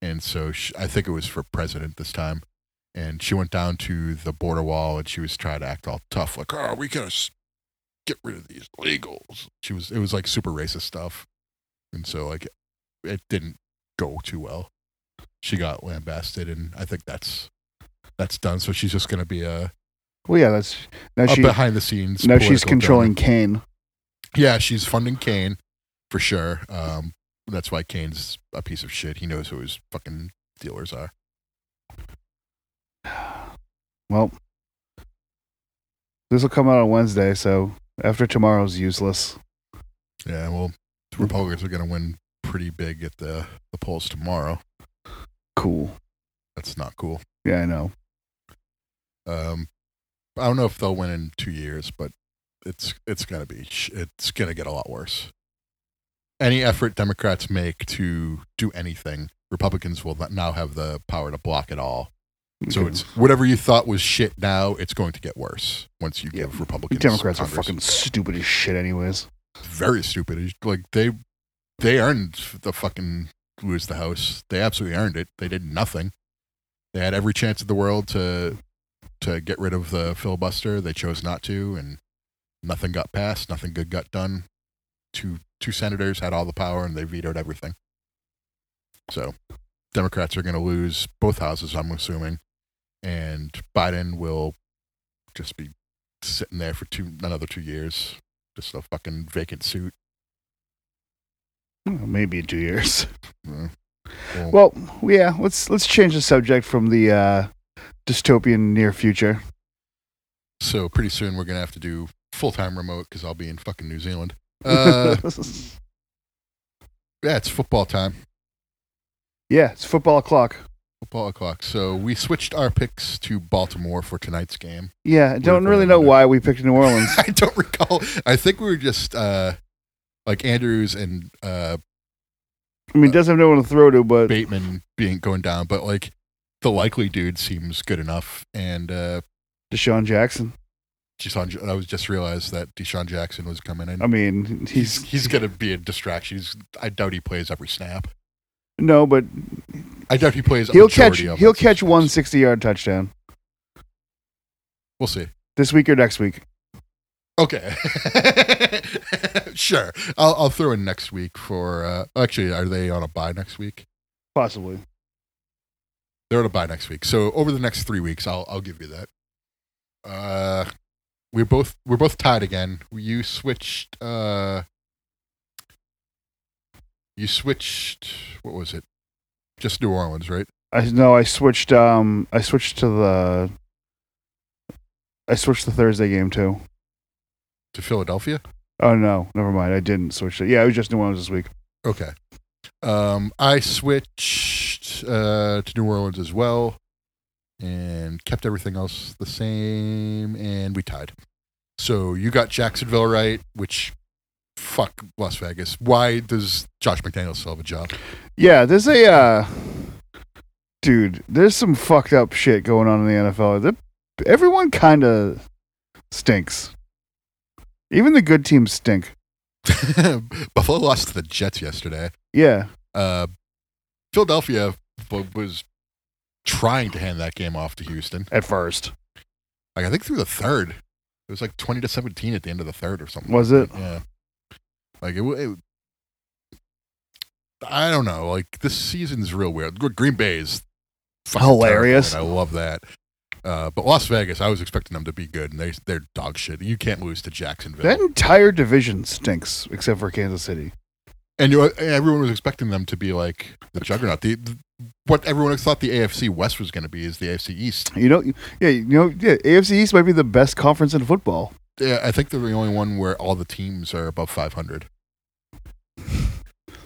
Speaker 2: and so she, I think it was for president this time. And she went down to the border wall and she was trying to act all tough, like, "Oh, we gotta s- get rid of these illegals." She was it was like super racist stuff, and so like it didn't go too well. She got lambasted, and I think that's that's done. So she's just gonna be a
Speaker 1: Well, yeah, that's now
Speaker 2: a
Speaker 1: she.
Speaker 2: behind the scenes.
Speaker 1: Now she's
Speaker 2: political
Speaker 1: controlling Kane.
Speaker 2: donor. Yeah, she's funding Kane for sure. Um, that's why Kane's a piece of shit. He knows who his fucking dealers are.
Speaker 1: Well, this will come out on Wednesday, so after tomorrow's useless.
Speaker 2: Yeah, well,
Speaker 1: Hmm.
Speaker 2: the Republicans are going to win pretty big at the, the polls tomorrow.
Speaker 1: Cool.
Speaker 2: That's not cool.
Speaker 1: Yeah, I know.
Speaker 2: Um, I don't know if they'll win in two years, but it's it's going to be sh- it's going to get a lot worse. Any effort Democrats make to do anything, Republicans will now have the power to block it all. So
Speaker 1: Okay.
Speaker 2: it's whatever you thought was shit now, it's going to get worse once you
Speaker 1: Yeah,
Speaker 2: give Republicans.
Speaker 1: Democrats are
Speaker 2: Congress.
Speaker 1: fucking stupid as shit, anyways.
Speaker 2: very stupid. It's Like they they earned the fucking lose the house. They absolutely earned it. They did nothing. They had every chance in the world to to get rid of the filibuster. They chose not to, and nothing got passed. Nothing good got done. Two two senators had all the power, and they vetoed everything. So, Democrats are going to lose both houses. I'm assuming, and Biden will just be sitting there for two another two years just a fucking vacant suit. Hmm.
Speaker 1: Well, Maybe in two years.
Speaker 2: Uh,
Speaker 1: Well, yeah. Let's let's change the subject from the uh, dystopian near future.
Speaker 2: So pretty soon we're gonna have to do full time remote because I'll be in fucking New Zealand. Uh, yeah, it's football time,
Speaker 1: yeah, it's football o'clock.
Speaker 2: football o'clock. So we switched our picks to Baltimore for tonight's game.
Speaker 1: Yeah, I don't
Speaker 2: We're
Speaker 1: really
Speaker 2: going
Speaker 1: know
Speaker 2: under.
Speaker 1: why we picked New Orleans.
Speaker 2: I don't recall. I think we were just uh, like Andrews and uh,
Speaker 1: I mean, it doesn't have no one to throw to, but
Speaker 2: Bateman being going down, but like the likely dude seems good enough. And uh,
Speaker 1: Deshaun Jackson.
Speaker 2: Deshaun, I was just realized that Deshaun Jackson was coming in.
Speaker 1: I mean, he's
Speaker 2: he's gonna be a distraction. He's, I doubt he plays every snap.
Speaker 1: no, but
Speaker 2: I doubt he plays. a
Speaker 1: he'll catch
Speaker 2: majority of
Speaker 1: he'll
Speaker 2: it.
Speaker 1: catch one sixty yard touchdown
Speaker 2: We'll see.
Speaker 1: this week or next week.
Speaker 2: Okay, sure. I'll, I'll throw in next week for. Uh, actually, are they on a buy next week?
Speaker 1: Possibly.
Speaker 2: They're on a buy next week. So over the next three weeks, I'll I'll give you that. Uh, We're both we're both tied again. You switched. uh You switched. What was it? Just New Orleans, right?
Speaker 1: I no, I switched. Um, I switched to the. I switched the Thursday game too.
Speaker 2: To Philadelphia.
Speaker 1: Oh no, never mind. I didn't switch it. Yeah, it was just New Orleans this week.
Speaker 2: Okay. Um, I switched uh, to New Orleans as well, and kept everything else the same, and we tied. So you got Jacksonville right, which fuck Las Vegas. Why does Josh McDaniels still have a job?
Speaker 1: Yeah, there's a uh, dude. There's some fucked up shit going on in the NFL. The, everyone kind of stinks. Even the good teams stink.
Speaker 2: Buffalo lost to the Jets yesterday.
Speaker 1: Yeah,
Speaker 2: Uh, Philadelphia w- was trying to hand that game off to Houston.
Speaker 1: at first
Speaker 2: Like I think through the third, it was like twenty to seventeen at the end of the third or something.
Speaker 1: was it?
Speaker 2: Yeah. Like it, w- it. I don't know. Like this season's real weird. Gr- Green Bay's fucking terrible,
Speaker 1: Hilarious.
Speaker 2: and I love that. Uh, but Las Vegas, I was expecting them to be good, and they they're dog shit. You can't lose to Jacksonville.
Speaker 1: That entire division stinks except for Kansas City.
Speaker 2: and you, everyone was expecting them to be like the juggernaut. The, the- what everyone thought the AFC West was going to be is the AFC East.
Speaker 1: You know, yeah, you know, yeah, AFC East might be the best conference in football.
Speaker 2: Yeah, I think they're the only one where all the teams are above 500.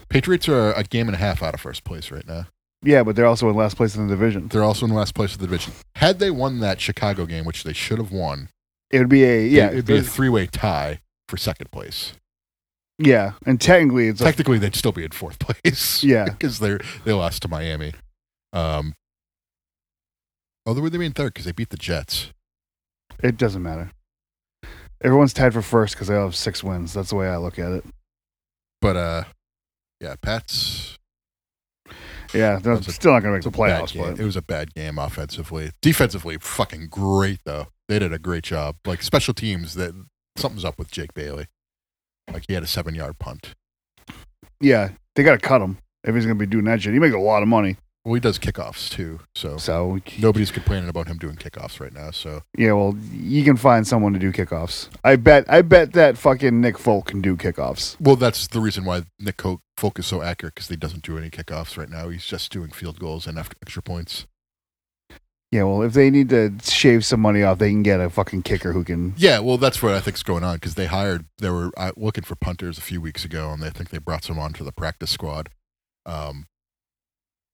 Speaker 2: Patriots are a game and a half out of first place right now.
Speaker 1: Yeah, but they're also in last place in the division.
Speaker 2: They're also in last place of the division. Had they won that Chicago game, which they should have won,
Speaker 1: It would be a yeah,
Speaker 2: it'd be a three-way tie for second place.
Speaker 1: yeah, and technically it's a,
Speaker 2: Technically, they'd still be in fourth place.
Speaker 1: Yeah.
Speaker 2: because they they lost to Miami. Um, although would they be in third because they beat the Jets?
Speaker 1: it doesn't matter. Everyone's tied for first because they all have six wins. That's the way I look at it.
Speaker 2: But uh, yeah, Pats.
Speaker 1: Yeah, they're
Speaker 2: That's a-
Speaker 1: still not gonna make
Speaker 2: it's a
Speaker 1: the
Speaker 2: bad
Speaker 1: playoffs,
Speaker 2: game.
Speaker 1: but
Speaker 2: It was a bad game offensively. Defensively, fucking great though. They did a great job. Like special teams, that something's up with Jake Bailey. Like he had a seven-yard punt.
Speaker 1: yeah, they gotta cut him if he's gonna be doing that shit. He makes a lot of money,
Speaker 2: Well, he does kickoffs too, so
Speaker 1: so
Speaker 2: nobody's complaining about him doing kickoffs right now. So
Speaker 1: yeah. Well, you can find someone to do kickoffs. I bet. I bet that fucking Nick Folk can do kickoffs.
Speaker 2: well, that's the reason why Nick Co- Folk is so accurate because he doesn't do any kickoffs right now. He's just doing field goals and extra extra points.
Speaker 1: Yeah, well, if they need to shave some money off, they can get a fucking kicker who can.
Speaker 2: Yeah, well, that's what I think's going on because they hired they were uh, looking for punters a few weeks ago, and I think they brought some on to the practice squad. Um,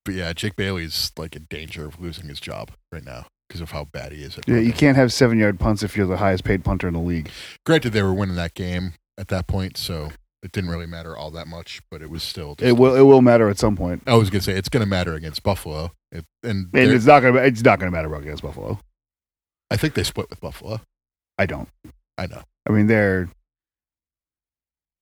Speaker 2: but yeah, Jake Bailey's like in danger of losing his job right now because of how bad he is. At
Speaker 1: Yeah, you
Speaker 2: punting.
Speaker 1: can't have seven yard punts if you're the highest paid punter in the league.
Speaker 2: Granted, they were winning that game at that point, so it didn't really matter all that much, but it was still.
Speaker 1: It will. It will matter at some point.
Speaker 2: I was gonna say it's gonna matter against Buffalo, it, and,
Speaker 1: And
Speaker 2: they're-
Speaker 1: it's not gonna. It's not gonna matter about against Buffalo.
Speaker 2: I think they split with Buffalo.
Speaker 1: I don't.
Speaker 2: I know.
Speaker 1: I mean, they're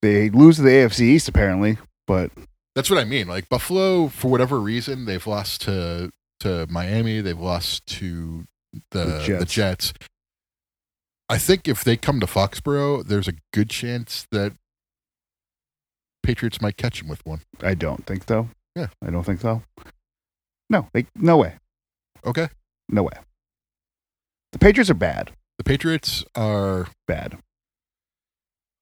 Speaker 1: they lose to the AFC East apparently, but
Speaker 2: That's what I mean. Like Buffalo, for whatever reason, they've lost to to Miami. They've lost to the
Speaker 1: The
Speaker 2: the Jets.
Speaker 1: Jets.
Speaker 2: I think if they come to Foxborough, there's a good chance that Patriots might catch them with one.
Speaker 1: I don't think so.
Speaker 2: Yeah.
Speaker 1: I don't think so. No, they no way,
Speaker 2: Okay,
Speaker 1: no way. The Patriots are bad,
Speaker 2: the Patriots are.
Speaker 1: bad.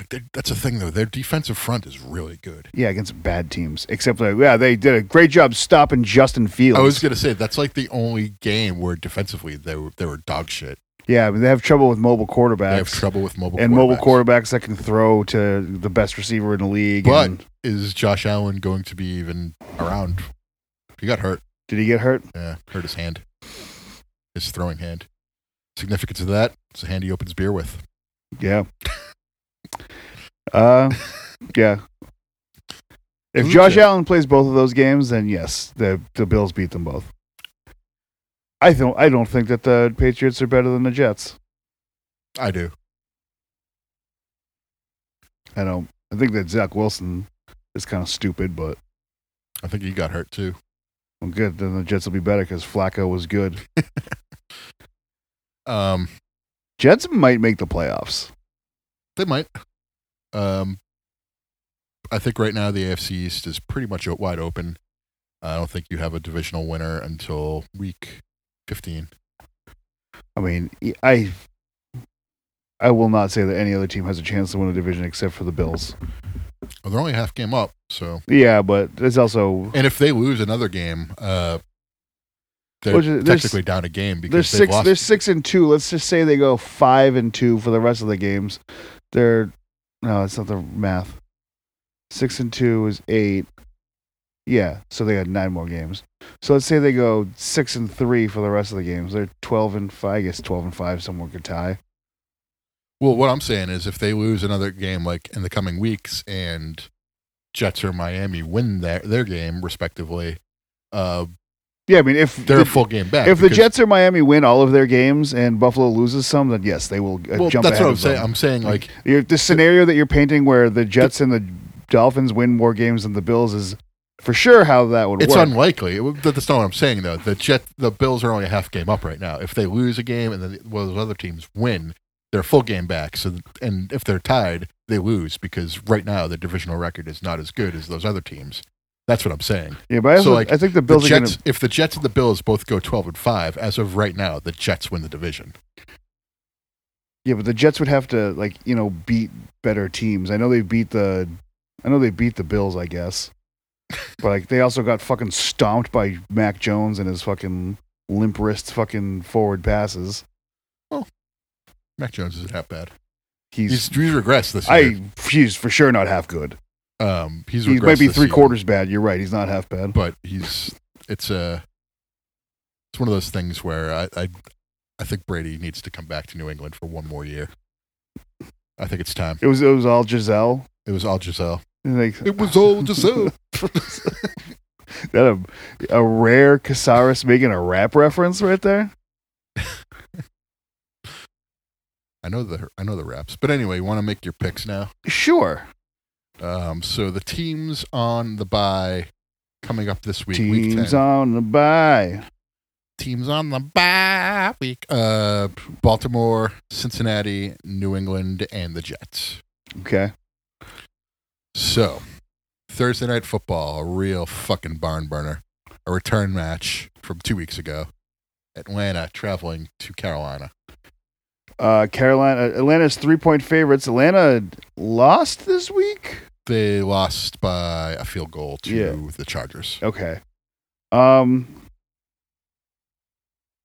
Speaker 2: they- That's a thing though. Their defensive front is really good.
Speaker 1: Yeah, against bad teams. Except like, yeah, they did a great job stopping Justin Fields.
Speaker 2: I was gonna say that's like the only game where defensively they were they were dog shit.
Speaker 1: yeah, but they have trouble with mobile quarterbacks.
Speaker 2: They have trouble with mobile
Speaker 1: and mobile
Speaker 2: quarterbacks.
Speaker 1: quarterbacks that can throw to the best receiver in the league.
Speaker 2: But-
Speaker 1: and-
Speaker 2: Is Josh Allen going to be even around? He got hurt.
Speaker 1: did he get hurt?
Speaker 2: Yeah, hurt his hand. His throwing hand. Significance of that, it's the hand he opens beer with.
Speaker 1: Yeah. Uh, yeah. If
Speaker 2: Who's
Speaker 1: Josh
Speaker 2: it?
Speaker 1: Allen plays both of those games, then yes, the the Bills beat them both. I don't. I don't think that the Patriots are better than the Jets.
Speaker 2: I do.
Speaker 1: I don't. I think that Zach Wilson is kind of stupid, but
Speaker 2: I think he got hurt too.
Speaker 1: well, good. Then the Jets will be better because Flacco was good.
Speaker 2: Um,
Speaker 1: Jets might make the playoffs.
Speaker 2: they might. Um, I think right now the AFC East is pretty much o- wide open. I don't think you have a divisional winner until week 15.
Speaker 1: I mean, I e, I will not say that any other team has a chance to win a division except for the Bills.
Speaker 2: Well, they're only half game up, so
Speaker 1: Yeah, but it's also
Speaker 2: and if they lose another game, uh, they're
Speaker 1: Which is- there's-
Speaker 2: technically down a game
Speaker 1: they're
Speaker 2: because they've
Speaker 1: six.
Speaker 2: lost.
Speaker 1: They're six and two. Let's just say they go five and two for the rest of the games. They're no, it's not the math. Six and two is eight. Yeah, so they got nine more games. So let's say they go six and three for the rest of the games. They're twelve and five. I guess twelve and five. Someone could tie.
Speaker 2: Well, what I'm saying is, if they lose another game like in the coming weeks, and Jets or Miami win their their game respectively, uh,
Speaker 1: Yeah, I mean if
Speaker 2: they're
Speaker 1: the-
Speaker 2: a full game back.
Speaker 1: if the
Speaker 2: because-
Speaker 1: Jets or Miami win all of their games and Buffalo loses some, then yes, they will uh,
Speaker 2: well,
Speaker 1: jump
Speaker 2: that's
Speaker 1: ahead
Speaker 2: what I'm
Speaker 1: of
Speaker 2: saying.
Speaker 1: them.
Speaker 2: I'm saying like
Speaker 1: You're, the scenario that you're painting, where the Jets and the Dolphins win more games than the Bills, is for sure how that would
Speaker 2: it's
Speaker 1: work.
Speaker 2: unlikely. It would- that's not what I'm saying though. The Jet, the Bills are only a half game up right now. If they lose a game and then one of those other teams win, they're a full game back. So and if they're tied, they lose because right now the divisional record is not as good as those other teams. That's what I'm saying.
Speaker 1: yeah, but I, also,
Speaker 2: so, like,
Speaker 1: I think the
Speaker 2: The
Speaker 1: Bills are
Speaker 2: Jets,
Speaker 1: going
Speaker 2: if the Jets and the Bills both go 12 and 5 as of right now, the Jets win the division.
Speaker 1: Yeah, but the Jets would have to like you know beat better teams. I know they beat the, I know they beat the Bills, I guess, but like they also got fucking stomped by Mac Jones and his fucking limp wrist fucking forward passes.
Speaker 2: Mac Jones isn't that bad.
Speaker 1: He's,
Speaker 2: He's, he's regressed this year.
Speaker 1: I he's for sure not half good.
Speaker 2: um, he's
Speaker 1: He
Speaker 2: regressed
Speaker 1: might be
Speaker 2: this
Speaker 1: three
Speaker 2: year.
Speaker 1: quarters bad. You're right. He's not half bad.
Speaker 2: but he's it's a it's one of those things where I, I I think Brady needs to come back to New England for one more year. I think it's time.
Speaker 1: It was it was all Giselle.
Speaker 2: It was all Giselle.
Speaker 1: And, like,
Speaker 2: It was all Giselle.
Speaker 1: that a, a rare Casares making a rap reference right there.
Speaker 2: I know the I know the raps, but anyway, you want to make your picks now.
Speaker 1: Sure.
Speaker 2: Um, so the teams on the bye coming up this week. week
Speaker 1: Teams
Speaker 2: 10.
Speaker 1: on the bye.
Speaker 2: teams on the bye week. Uh, Baltimore, Cincinnati, New England, and the Jets.
Speaker 1: Okay.
Speaker 2: So, Thursday night football, a real fucking barn burner. A return match from two weeks ago. Atlanta traveling to Carolina.
Speaker 1: Uh, Carolina, Atlanta's three point favorites. Atlanta lost this week.
Speaker 2: They lost by a field goal to
Speaker 1: Yeah.
Speaker 2: the Chargers.
Speaker 1: Okay. Um.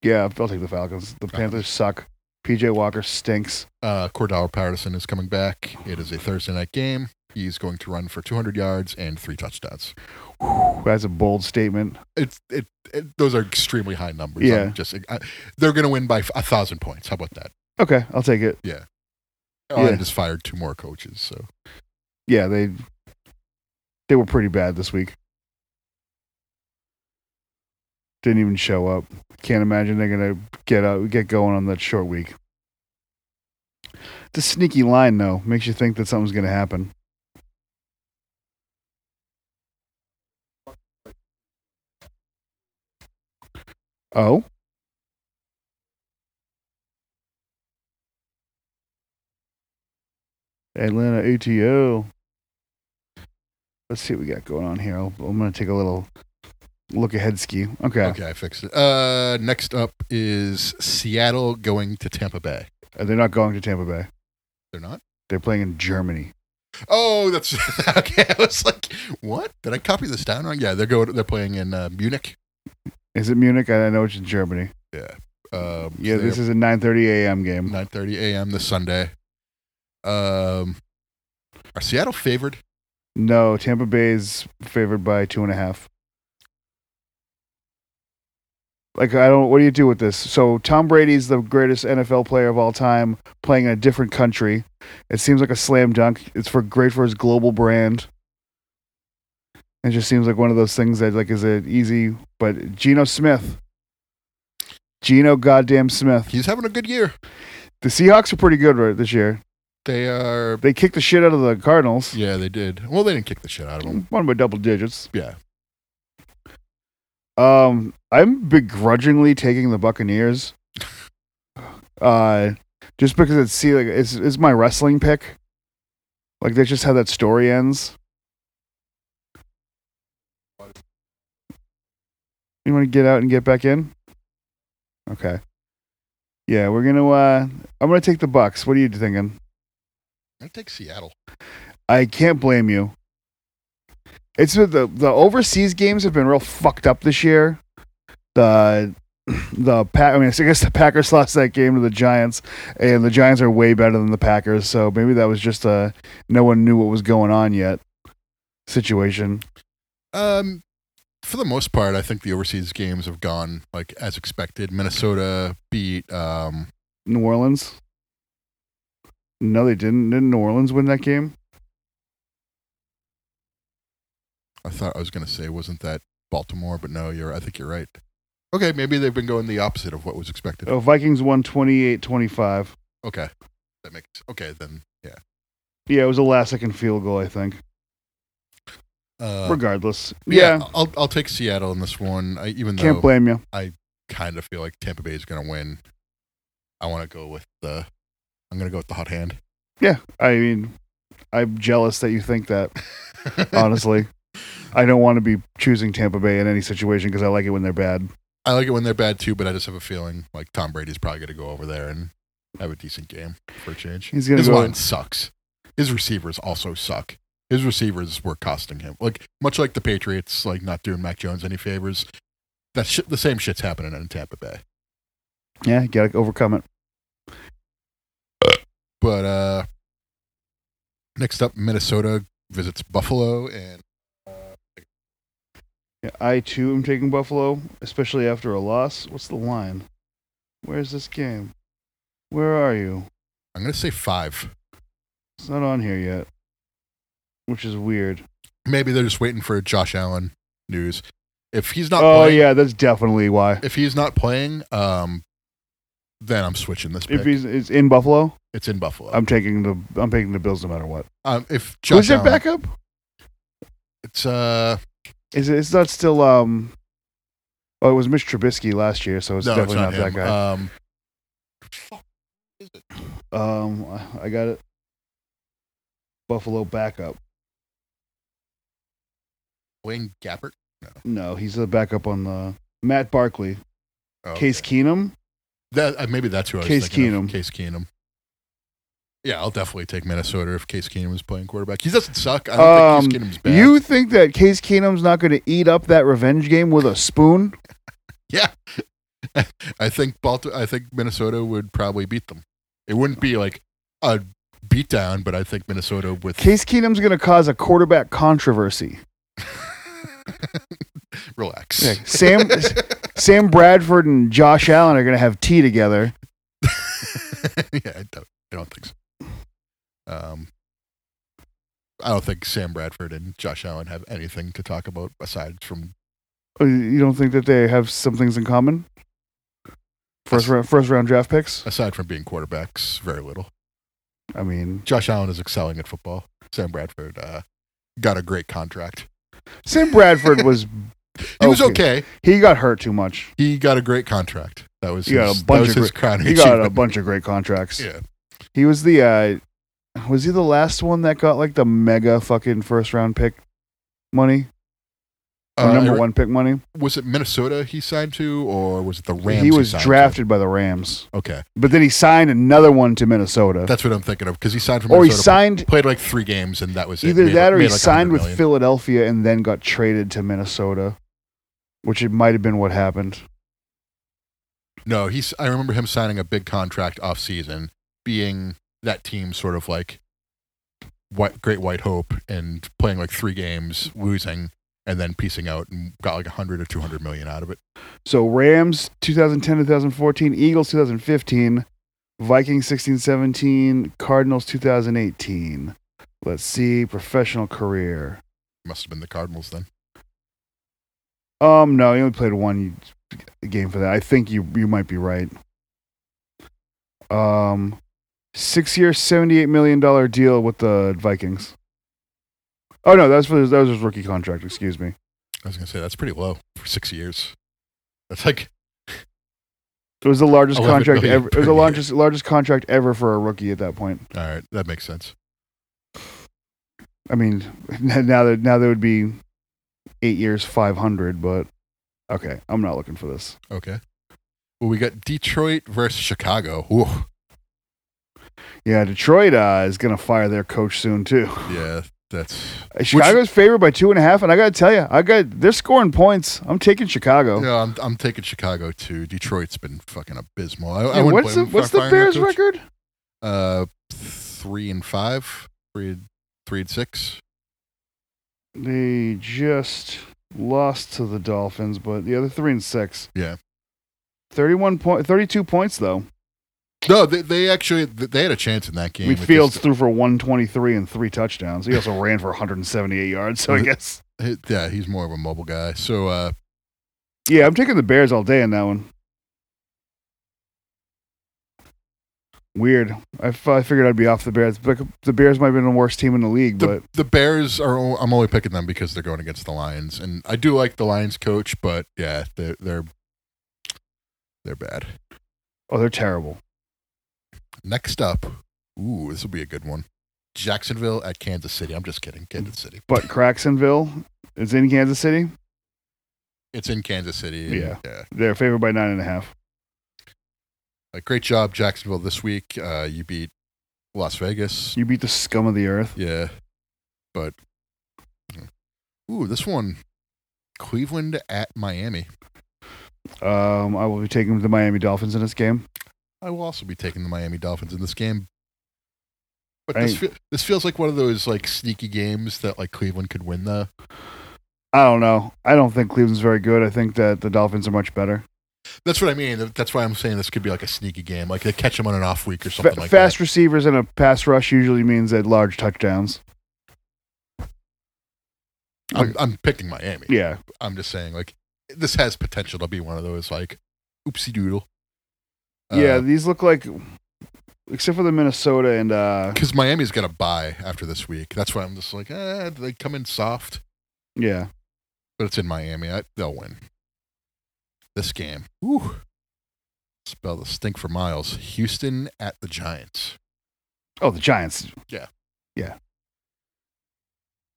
Speaker 1: Yeah, I'll take the Falcons. The Panthers suck. PJ Walker stinks.
Speaker 2: Uh, Cordell Patterson is coming back. It is a Thursday night game. He's going to run for 200 yards and three touchdowns.
Speaker 1: Whew, that's a bold statement.
Speaker 2: It's it, it those are extremely high numbers.
Speaker 1: Yeah.
Speaker 2: I'm just I, they're going to win by a thousand points. How about that?
Speaker 1: Okay, I'll take it.
Speaker 2: Carolina
Speaker 1: Yeah.
Speaker 2: just fired two more coaches. So
Speaker 1: Yeah, they they were pretty bad this week. Didn't even show up. Can't imagine they're gonna get out, get going on that short week. It's a sneaky line though. Makes you think that something's gonna happen. Oh. Atlanta ATO. Let's see what we got going on here. I'll, I'm going to take a little look ahead ski. Okay.
Speaker 2: Okay, I fixed it. Uh, next up is Seattle going to Tampa Bay.
Speaker 1: Uh, They're not going to Tampa Bay.
Speaker 2: They're not.
Speaker 1: They're playing in Germany.
Speaker 2: Oh, that's okay. I was like, what? Did I copy this down wrong? Yeah, they're going. They're playing in uh, Munich.
Speaker 1: Is it Munich? I I know it's in Germany.
Speaker 2: Um,
Speaker 1: Yeah, this is a 9:30 a.m. game.
Speaker 2: nine thirty a.m. this Sunday. Um, are Seattle favored?
Speaker 1: No, Tampa Bay's favored by two and a half. Like I don't. What do you do with this? So Tom Brady's the greatest NFL player of all time, playing in a different country. It seems like a slam dunk. It's for great for his global brand. It just seems like one of those things that like is an easy. But Geno Smith, Geno goddamn Smith.
Speaker 2: He's having a good year.
Speaker 1: The Seahawks are pretty good right this year.
Speaker 2: They are.
Speaker 1: They kicked the shit out of the Cardinals.
Speaker 2: Yeah, they did. Well, they didn't kick the shit out of them.
Speaker 1: One by double digits.
Speaker 2: Yeah,
Speaker 1: Um, I'm begrudgingly taking the Buccaneers. Uh, just because it's see like it's it's my wrestling pick. Like that's just how that story ends. You want to get out and get back in? Okay. Yeah, we're gonna. uh I'm gonna take the Bucks. What are you thinking?
Speaker 2: I take Seattle.
Speaker 1: I can't blame you. It's the the the overseas games have been real fucked up this year. The the pack. I mean, I guess the Packers lost that game to the Giants, and the Giants are way better than the Packers. So maybe that was just a no one knew what was going on yet situation.
Speaker 2: Um, for the most part, I think the overseas games have gone like as expected. Minnesota beat um,
Speaker 1: New Orleans. No, they didn't. Didn't New Orleans win that game?
Speaker 2: I thought I was going to say wasn't that Baltimore, but no, you're. I think you're right. Okay, maybe they've been going the opposite of what was expected.
Speaker 1: Oh, Vikings won 28-25.
Speaker 2: Okay, that makes okay then. Yeah.
Speaker 1: Yeah, it was a last second field goal, I think.
Speaker 2: Uh,
Speaker 1: Regardless.
Speaker 2: yeah,
Speaker 1: Yeah.
Speaker 2: I'll I'll take Seattle in this one. I, even
Speaker 1: Can't
Speaker 2: though
Speaker 1: blame you.
Speaker 2: kind of feel like Tampa Bay is going to win, I want to go with the. I'm going to go with the hot hand.
Speaker 1: Yeah. I mean, I'm jealous that you think that, honestly. I don't want to be choosing Tampa Bay in any situation because I like it when they're bad.
Speaker 2: I like it when they're bad too, but I just have a feeling like Tom Brady's probably going to go over there and have a decent game for a change.
Speaker 1: He's gonna
Speaker 2: His
Speaker 1: go-
Speaker 2: line sucks. His receivers also suck. His receivers were costing him. Like much like the Patriots, like not doing Mac Jones any favors. That shit, the same shit's happening in Tampa Bay.
Speaker 1: Yeah, gotta overcome it.
Speaker 2: But uh next up, Minnesota visits Buffalo, and
Speaker 1: Yeah, I too am taking Buffalo, especially after a loss. What's the line? Where's this game? Where are you?
Speaker 2: I'm going to say five.
Speaker 1: It's not on here yet, which is weird.
Speaker 2: Maybe they're just waiting for Josh Allen news. If he's not,
Speaker 1: oh
Speaker 2: playing,
Speaker 1: yeah, that's definitely why.
Speaker 2: If he's not playing, um, then I'm switching this.
Speaker 1: If
Speaker 2: Pick.
Speaker 1: he's it's in Buffalo,
Speaker 2: it's in Buffalo.
Speaker 1: I'm taking the I'm taking the Bills no matter what.
Speaker 2: Um, if Josh
Speaker 1: Who's their
Speaker 2: Allen-
Speaker 1: backup?
Speaker 2: It's uh,
Speaker 1: Is it, it's not still um. Oh, it was Mitch Trubisky last year, so it's
Speaker 2: no, it's
Speaker 1: definitely not,
Speaker 2: not,
Speaker 1: that
Speaker 2: him.
Speaker 1: guy.
Speaker 2: Um,
Speaker 1: um, I got it. Buffalo backup.
Speaker 2: Wayne Gappert.
Speaker 1: No, he's the backup on the Matt Barkley,
Speaker 2: Oh,
Speaker 1: Case
Speaker 2: okay.
Speaker 1: Keenum.
Speaker 2: That, uh, maybe that's who I was
Speaker 1: Case
Speaker 2: thinking of.
Speaker 1: Keenum.
Speaker 2: Case Keenum. Yeah, I'll definitely take Minnesota if Case Keenum is playing quarterback. He doesn't suck. I don't think Case Keenum's bad.
Speaker 1: Um, You think that Case Keenum's not going to eat up that revenge game with a spoon?
Speaker 2: I think Balti- I think Minnesota would probably beat them. It wouldn't be like a beatdown, but I think Minnesota with
Speaker 1: Case Keenum's going to cause a quarterback controversy.
Speaker 2: relax.
Speaker 1: Yeah, Sam Sam Bradford and Josh Allen are going to have tea together.
Speaker 2: yeah, I don't, I don't think so. Um, I don't think Sam Bradford and Josh Allen have anything to talk about aside from
Speaker 1: Oh, You don't think that they have some things in common? First round, first round draft picks.
Speaker 2: aside from being quarterbacks. Very little.
Speaker 1: I mean,
Speaker 2: Josh Allen is excelling at football. Sam Bradford uh, got a great contract.
Speaker 1: Sam Bradford was
Speaker 2: He was okay.
Speaker 1: He got hurt too much.
Speaker 2: He got a great contract. That was
Speaker 1: He got a
Speaker 2: his,
Speaker 1: bunch
Speaker 2: that was
Speaker 1: of
Speaker 2: his crowning
Speaker 1: He got a
Speaker 2: achievement.
Speaker 1: bunch of great contracts.
Speaker 2: Yeah.
Speaker 1: He was the uh, was he the last one that got like the mega fucking first round pick money or
Speaker 2: Uh,
Speaker 1: number
Speaker 2: I-
Speaker 1: one pick money?
Speaker 2: Was it Minnesota he signed to, or was it the Rams?
Speaker 1: he was
Speaker 2: signed to?
Speaker 1: drafted by the Rams,
Speaker 2: Okay,
Speaker 1: but then he signed another one to Minnesota,
Speaker 2: that's what I'm thinking of because he signed for
Speaker 1: or he
Speaker 2: Minnesota.
Speaker 1: signed
Speaker 2: played like three games, and that was it.
Speaker 1: Either
Speaker 2: Made-
Speaker 1: that or
Speaker 2: made
Speaker 1: he
Speaker 2: like
Speaker 1: signed
Speaker 2: 100
Speaker 1: with
Speaker 2: million.
Speaker 1: Philadelphia and then got traded to Minnesota, which it might have been what happened.
Speaker 2: No, he's. I remember him signing a big contract off season, being that team sort of like what Great White Hope and playing like three games, losing, and then piecing out and got like hundred or two hundred million out of it.
Speaker 1: So Rams 2010 2014, Eagles 2015, Vikings 16 17, Cardinals 2018. Let's see, professional career.
Speaker 2: Must have been the Cardinals then.
Speaker 1: Um, no, he only played one game for that. I think you you might be right. Um, six year, seventy eight million dollar deal with the Vikings. Oh no, that's for his, that was his rookie contract. Excuse me.
Speaker 2: I was gonna say that's pretty low for six years. That's like
Speaker 1: It Oh, was the largest
Speaker 2: 11
Speaker 1: contract
Speaker 2: million
Speaker 1: ever. It was
Speaker 2: per
Speaker 1: the
Speaker 2: year.
Speaker 1: largest largest contract ever for a rookie at that point.
Speaker 2: all right. That makes sense.
Speaker 1: I mean, now that now there would be eight years, five hundred. But okay, I'm not looking for this.
Speaker 2: Okay. Well, we got Detroit versus Chicago. Ooh,
Speaker 1: Yeah, Detroit uh, is gonna fire their coach soon too.
Speaker 2: yeah, that's
Speaker 1: Uh, Chicago's favored by two and a half, and I gotta tell you, I got they're scoring points. I'm taking Chicago.
Speaker 2: no. I'm I'm taking Chicago too. Detroit's been fucking abysmal. I, I
Speaker 1: And
Speaker 2: wouldn't
Speaker 1: what's the,
Speaker 2: blame them for
Speaker 1: what's the
Speaker 2: firing their
Speaker 1: Bears
Speaker 2: coach.
Speaker 1: record?
Speaker 2: Uh, three and five, three and three and six.
Speaker 1: They just lost to the Dolphins, but the other three and six.
Speaker 2: Yeah.
Speaker 1: 31 point, 32 points though.
Speaker 2: No, they, they actually they had a chance in that game. It
Speaker 1: McFields
Speaker 2: just-
Speaker 1: threw for 123 and three touchdowns. He also ran for 178 yards. So I
Speaker 2: Mhm.
Speaker 1: guess.
Speaker 2: he- yeah, he's more of a mobile guy. So uh,
Speaker 1: Yeah, I'm taking the Bears all day in that one. Weird. I, f- I figured I'd be off the Bears, but the Bears might have been the worst team in the league.
Speaker 2: the
Speaker 1: but
Speaker 2: the Bears are. o- I'm only picking them because they're going against the Lions, and I do like the Lions coach, but yeah, they're they're they're bad.
Speaker 1: oh, they're terrible.
Speaker 2: Next up, ooh, this will be a good one. Jacksonville at Kansas City. I'm just kidding. Kansas City.
Speaker 1: But Cracksonville is in Kansas City.
Speaker 2: It's in Kansas City. and-
Speaker 1: Yeah.
Speaker 2: Yeah.
Speaker 1: They're favored by nine and a half.
Speaker 2: Uh, great job, Jacksonville, this week. Uh, you beat Las Vegas.
Speaker 1: You beat the scum of the earth.
Speaker 2: Yeah. But, ooh, this one Cleveland at Miami.
Speaker 1: Um, I will be taking the Miami Dolphins in this game.
Speaker 2: I will also be taking the Miami Dolphins in this game. But
Speaker 1: I-
Speaker 2: this, fe- this feels like one of those like sneaky games that like Cleveland could win though.
Speaker 1: I don't know. I don't think Cleveland's very good. I think that the Dolphins are much better.
Speaker 2: That's what I mean. That- That's why I'm saying this could be like a sneaky game. Like they catch them on an off week or
Speaker 1: Fa-
Speaker 2: something like that.
Speaker 1: fast receivers and a pass rush usually means at large touchdowns.
Speaker 2: I'm, I'm picking Miami.
Speaker 1: Yeah.
Speaker 2: I'm just saying, like, this has potential to be one of those, like, oopsie doodle. Uh,
Speaker 1: yeah, these look like except for the Minnesota and uh
Speaker 2: Because Miami's going to buy after this week. That's why I'm just like, eh, they come in soft,
Speaker 1: yeah.
Speaker 2: but it's in Miami. I, they'll win. This game. Whew. Spell the stink for miles. Houston at the Giants.
Speaker 1: Oh, the Giants.
Speaker 2: Yeah.
Speaker 1: Yeah.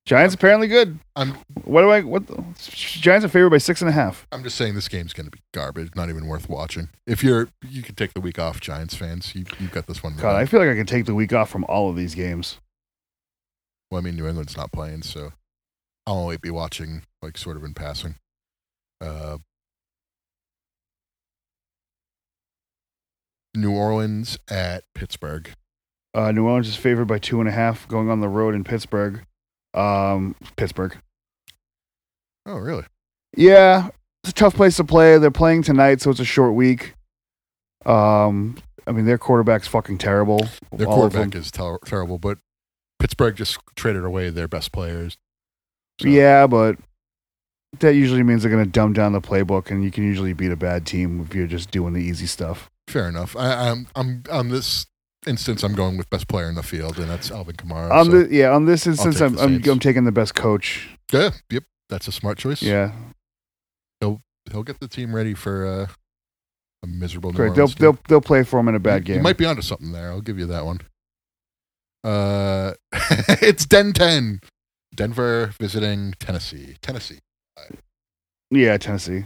Speaker 1: Giants apparently good.
Speaker 2: I'm-
Speaker 1: what do I what the, Giants are favored by six and a half.
Speaker 2: I'm just saying this game's going to be garbage. Not even worth watching. If you're, you can take the week off, Giants fans. You, you've got this one. in the
Speaker 1: God, I
Speaker 2: bag.
Speaker 1: feel like I could take the week off from all of these games.
Speaker 2: Well, I mean, New England's not playing, so I'll only be watching, like, sort of in passing. Uh, New Orleans at Pittsburgh.
Speaker 1: Uh, New Orleans is favored by two and a half going on the road in Pittsburgh. Um, Pittsburgh.
Speaker 2: Oh, really?
Speaker 1: Yeah, it's a tough place to play. They're playing tonight, so it's a short week. Um, I mean, their quarterback's fucking terrible.
Speaker 2: Their
Speaker 1: All of
Speaker 2: quarterback is ter- terrible, but Pittsburgh just traded away their best players. So,
Speaker 1: Yeah, but that usually means they're going to dumb down the playbook, and you can usually beat a bad team if you're just doing the easy stuff.
Speaker 2: fair enough. I, I'm, I'm, on this instance, I'm going with best player in the field, and that's Alvin Kamara.
Speaker 1: On
Speaker 2: so-
Speaker 1: the yeah, on this instance,
Speaker 2: take
Speaker 1: I'm
Speaker 2: the
Speaker 1: I'm,
Speaker 2: Saints.
Speaker 1: I'm taking the best coach.
Speaker 2: yeah, yep, that's a smart choice.
Speaker 1: Yeah,
Speaker 2: he'll get the team ready for uh, a miserable. New
Speaker 1: correct. They'll
Speaker 2: Orleans team.
Speaker 1: they'll they'll play for him in a bad
Speaker 2: You-
Speaker 1: game.
Speaker 2: You might be onto something there. I'll give you that one. Uh, it's Den Ten, Denver visiting Tennessee. Tennessee,
Speaker 1: yeah, Tennessee.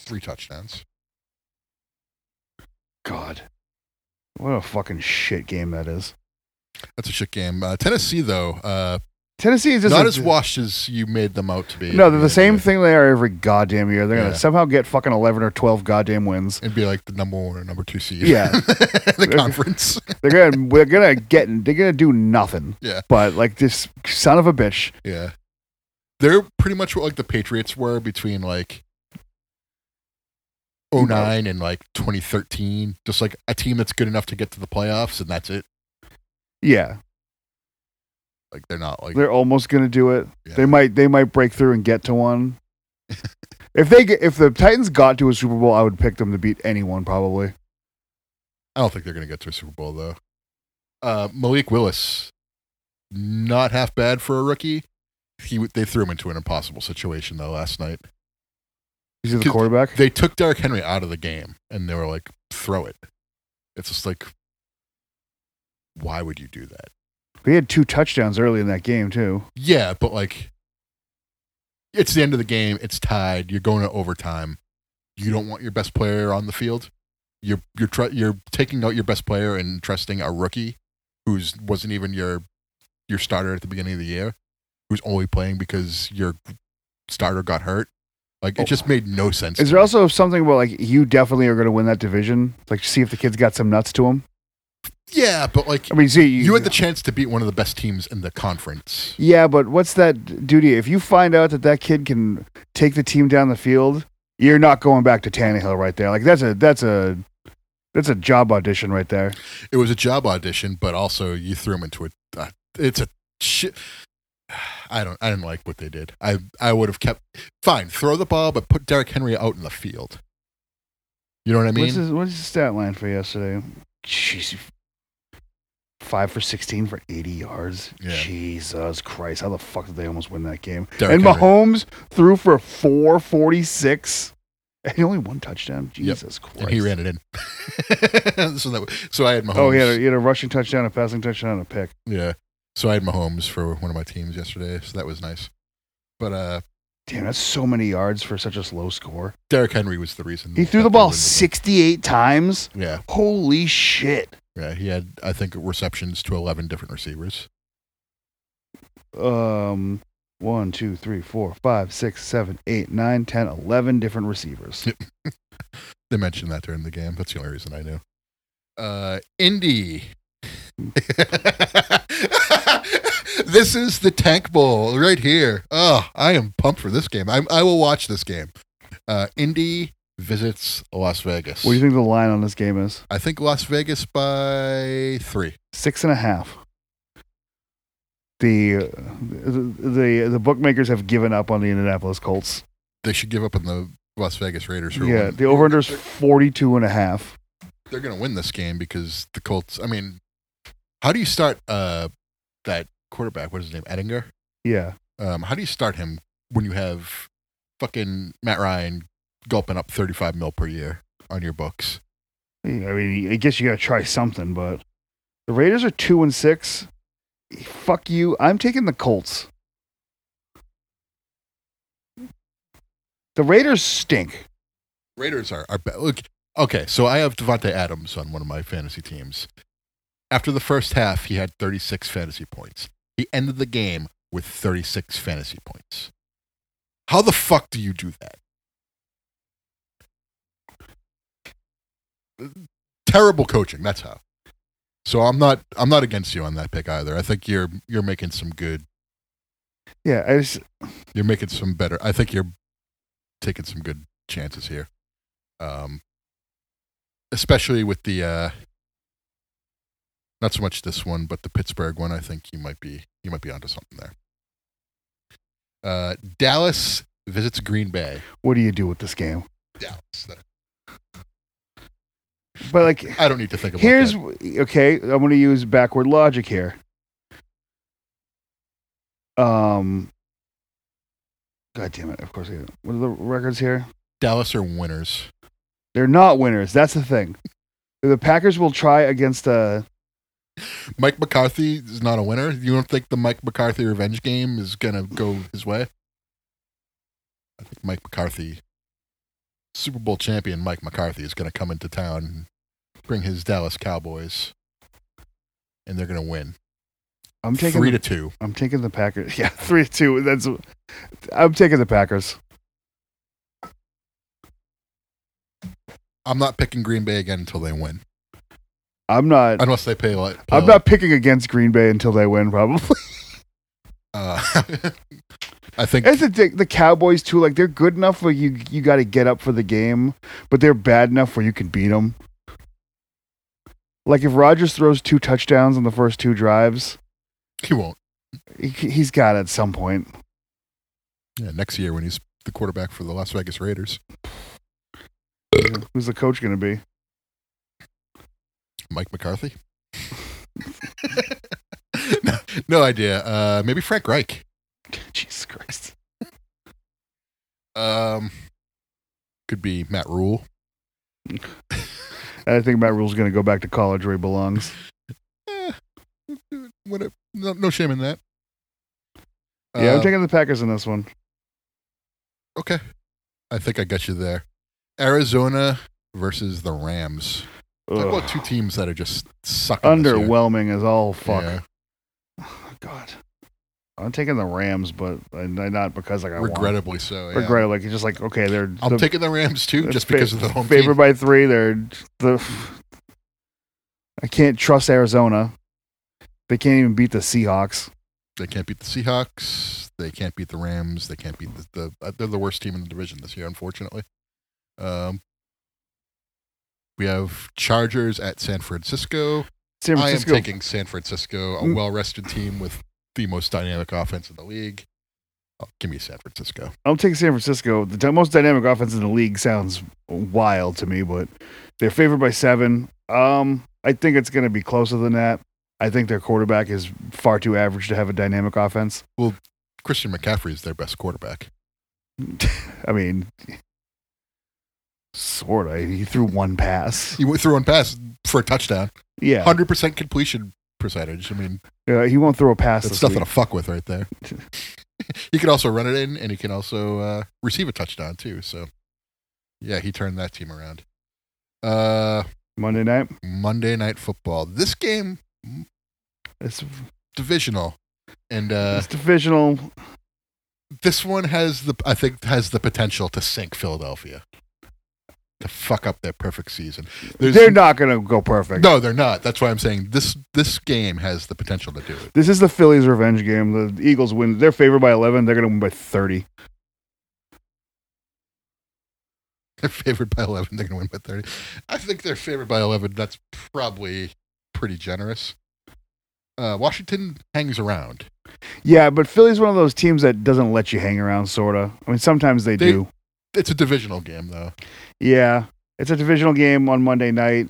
Speaker 2: three touchdowns.
Speaker 1: God, what a fucking shit game that is.
Speaker 2: That's a shit game. Uh, Tennessee, though, uh,
Speaker 1: Tennessee is just
Speaker 2: not
Speaker 1: a-
Speaker 2: as washed as you made them out to be.
Speaker 1: No, they're
Speaker 2: Yeah,
Speaker 1: the same
Speaker 2: yeah.
Speaker 1: thing they are every goddamn year. They're
Speaker 2: Yeah.
Speaker 1: gonna somehow get fucking eleven or twelve goddamn wins.
Speaker 2: It'd be like the number one or number two seed.
Speaker 1: Yeah.
Speaker 2: the
Speaker 1: Okay.
Speaker 2: conference.
Speaker 1: They're gonna we're gonna get they're gonna do nothing.
Speaker 2: Yeah.
Speaker 1: But like this son of a bitch.
Speaker 2: Yeah. They're pretty much what like the Patriots were between like 09 and like 2013. Just like a team that's good enough to get to the playoffs and that's it.
Speaker 1: Yeah,
Speaker 2: Like they're not like
Speaker 1: they're almost gonna do it.
Speaker 2: yeah.
Speaker 1: They might they might break through and get to one. if they get, if the Titans got to a Super Bowl, I would pick them to beat anyone probably.
Speaker 2: I don't think they're going to get to a Super Bowl though. Uh, Malik Willis, not half bad for a rookie. He w- they threw him into an impossible situation though last night.
Speaker 1: Is he the
Speaker 2: Could-
Speaker 1: quarterback?
Speaker 2: They took Derrick Henry out of the game and they were like, throw it. It's just like, why would you do that?
Speaker 1: He had two touchdowns early in that game too.
Speaker 2: Yeah, but like, it's the end of the game. It's tied. You're going to overtime. you don't want your best player on the field. You're you're tr- you're taking out your best player and trusting a rookie who's wasn't even your your starter at the beginning of the year, who's only playing because your starter got hurt. Like it just made no sense.
Speaker 1: Oh. Is
Speaker 2: to
Speaker 1: there
Speaker 2: me.
Speaker 1: also something about like you definitely are going to win that division? Like, see if the kid's got some nuts to him.
Speaker 2: yeah, but like
Speaker 1: I mean, see, you,
Speaker 2: you had the chance to beat one of the best teams in the conference.
Speaker 1: yeah, but what's that duty? If you find out that that kid can take the team down the field, you're not going back to Tannehill right there. Like that's a that's a that's a job audition right there.
Speaker 2: It was a job audition, but also you threw him into a. Uh, it's a shit. I don't. I didn't like what they did. I I would have kept fine. Throw the ball, but put Derrick Henry out in the field. You know what I mean?
Speaker 1: what's his what's his stat line for yesterday? Jeez, five for sixteen for eighty yards.
Speaker 2: Yeah.
Speaker 1: Jesus Christ! How the fuck did they almost win that game?
Speaker 2: Derrick
Speaker 1: and
Speaker 2: Henry.
Speaker 1: Mahomes threw for 446 and only one touchdown.
Speaker 2: Yep.
Speaker 1: Jesus Christ.
Speaker 2: and he ran it in. so that so I had Mahomes.
Speaker 1: Oh, he had, a, he had a rushing touchdown, a passing touchdown, and a pick.
Speaker 2: yeah. So I had Mahomes for one of my teams yesterday. So that was nice. But uh,
Speaker 1: Damn, that's so many yards for such a slow score.
Speaker 2: Derrick Henry was the reason
Speaker 1: He threw
Speaker 2: that
Speaker 1: the
Speaker 2: they
Speaker 1: ball
Speaker 2: win the-
Speaker 1: 68 times.
Speaker 2: Yeah,
Speaker 1: Holy shit.
Speaker 2: yeah. He had I think receptions to eleven different receivers.
Speaker 1: Um, one, two, three, four, five, six, seven, eight, nine, ten, eleven different receivers.
Speaker 2: They mentioned that during the game. That's the only reason I knew. Uh, Indy. this is the Tank Bowl right here. Oh, I am pumped for this game. I'm, I will watch this game. Uh, Indy visits Las Vegas.
Speaker 1: What do you think the line on this game is?
Speaker 2: I think Las Vegas by three.
Speaker 1: Six and a half. The, the the the bookmakers have given up on the Indianapolis Colts.
Speaker 2: They should give up on the Las Vegas Raiders. who are
Speaker 1: Yeah,
Speaker 2: win-
Speaker 1: the over under's 42 and a half.
Speaker 2: They're going to win this game because the Colts. I mean, how do you start uh, that quarterback? What is his name? Ettinger.
Speaker 1: Yeah.
Speaker 2: Um, how do you start him when you have fucking Matt Ryan gulping up 35 mil per year on your books?
Speaker 1: I mean, I guess you got to try something, but the Raiders are 2 and 6. Fuck you. I'm taking the Colts. The Raiders stink.
Speaker 2: Raiders are, are bad. Look, okay, so I have Devontae Adams on one of my fantasy teams. After the first half, he had 36 fantasy points. He ended the game with 36 fantasy points. How the fuck do you do that? Terrible coaching, that's how. So I'm not I'm not against you on that pick either. I think you're you're making some good
Speaker 1: Yeah, I just
Speaker 2: you're making some better. I think you're taking some good chances here, um, especially with the uh, not so much this one, but the Pittsburgh one. I think you might be you might be onto something there. Uh, Dallas visits Green Bay.
Speaker 1: what do you do with this game?
Speaker 2: Dallas.
Speaker 1: But like
Speaker 2: I don't need to think about.
Speaker 1: here's
Speaker 2: that.
Speaker 1: okay, I'm going to use backward logic here. Um God damn it. Of course, I got it. what are the records here?
Speaker 2: Dallas are winners.
Speaker 1: They're not winners. That's the thing. The Packers will try against uh
Speaker 2: Mike McCarthy is not a winner. You don't think the Mike McCarthy revenge game is gonna go his way? I think Mike McCarthy, Super Bowl champion Mike McCarthy, is gonna come into town, and bring his Dallas Cowboys, and they're gonna win
Speaker 1: I'm taking
Speaker 2: three
Speaker 1: the,
Speaker 2: to two.
Speaker 1: I'm taking the Packers. Yeah, three to two. That's I'm taking the Packers.
Speaker 2: I'm not picking Green Bay again until they win,
Speaker 1: I'm not
Speaker 2: unless they pay like.
Speaker 1: I'm not picking against Green Bay until they win, probably.
Speaker 2: Uh, I think
Speaker 1: That's the thing. The Cowboys too, like they're good enough where you you got to get up for the game, but they're bad enough where you can beat them. Like if Rodgers throws two touchdowns on the first two drives,
Speaker 2: he won't.
Speaker 1: he, he's got it at some point.
Speaker 2: Yeah, next year when he's the quarterback for the Las Vegas Raiders,
Speaker 1: Who's the coach going to be?
Speaker 2: Mike McCarthy? no, no idea. Uh, maybe Frank Reich.
Speaker 1: Jesus Christ.
Speaker 2: Um, could be Matt Rule.
Speaker 1: I think Matt Rule's going to go back to college where he belongs.
Speaker 2: Eh, what a- no, no shame in that.
Speaker 1: Yeah,
Speaker 2: Uh,
Speaker 1: I'm taking the Packers in this one.
Speaker 2: okay. I think I got you there. Arizona versus the Rams. Talk
Speaker 1: Ugh.
Speaker 2: about two teams that are just sucking. this year.
Speaker 1: Underwhelming as all fuck.
Speaker 2: Yeah.
Speaker 1: God, I'm taking the Rams, but and not because like I want.
Speaker 2: Regrettably so. Yeah.
Speaker 1: Regret like it's just like okay, they're
Speaker 2: I'm
Speaker 1: the-
Speaker 2: taking the Rams too,
Speaker 1: they're
Speaker 2: just
Speaker 1: fa-
Speaker 2: because of the home
Speaker 1: favored
Speaker 2: team.
Speaker 1: by three. They're the I can't trust Arizona. They can't even beat the Seahawks.
Speaker 2: They can't beat the Seahawks. They can't beat the Rams. They can't beat the. the uh, they're the worst team in the division this year, unfortunately. Um, we have Chargers at San Francisco.
Speaker 1: San Francisco.
Speaker 2: I am taking San Francisco, a
Speaker 1: Mm.
Speaker 2: well-rested team with the most dynamic offense in the league. Oh, give me San Francisco.
Speaker 1: I'm taking San Francisco. The d- most dynamic offense in the league sounds wild to me, but they're favored by seven. Um, I think it's going to be closer than that. I think their quarterback is far too average to have a dynamic offense.
Speaker 2: Christian McCaffrey is their best quarterback.
Speaker 1: I mean, sort of. He threw one pass.
Speaker 2: He went through one pass for a touchdown,
Speaker 1: Yeah,
Speaker 2: hundred percent completion percentage. I mean,
Speaker 1: uh, he won't throw a pass.
Speaker 2: that's
Speaker 1: This
Speaker 2: nothing
Speaker 1: week.
Speaker 2: to fuck with, right there. he could also run it in, and he can also uh, receive a touchdown too. So, yeah, he turned that team around. Uh,
Speaker 1: Monday night.
Speaker 2: Monday Night Football. This game
Speaker 1: It's,
Speaker 2: divisional, and uh,
Speaker 1: it's divisional.
Speaker 2: this one has the I think has the potential to sink Philadelphia. To fuck up their perfect season. There's-
Speaker 1: They're not going to go perfect.
Speaker 2: no, they're not. That's why I'm saying this this game has the potential to do it.
Speaker 1: This is the Phillies' revenge game. The Eagles win. They're favored by 11. They're going to win by 30.
Speaker 2: They're favored by 11. They're going to win by 30. I think they're favored by 11. That's probably pretty generous. Uh, Washington hangs around.
Speaker 1: Yeah, but Philly's one of those teams that doesn't let you hang around, sorta. I mean, sometimes they,
Speaker 2: They-
Speaker 1: do.
Speaker 2: It's a divisional game, though.
Speaker 1: Yeah, it's a divisional game on Monday night.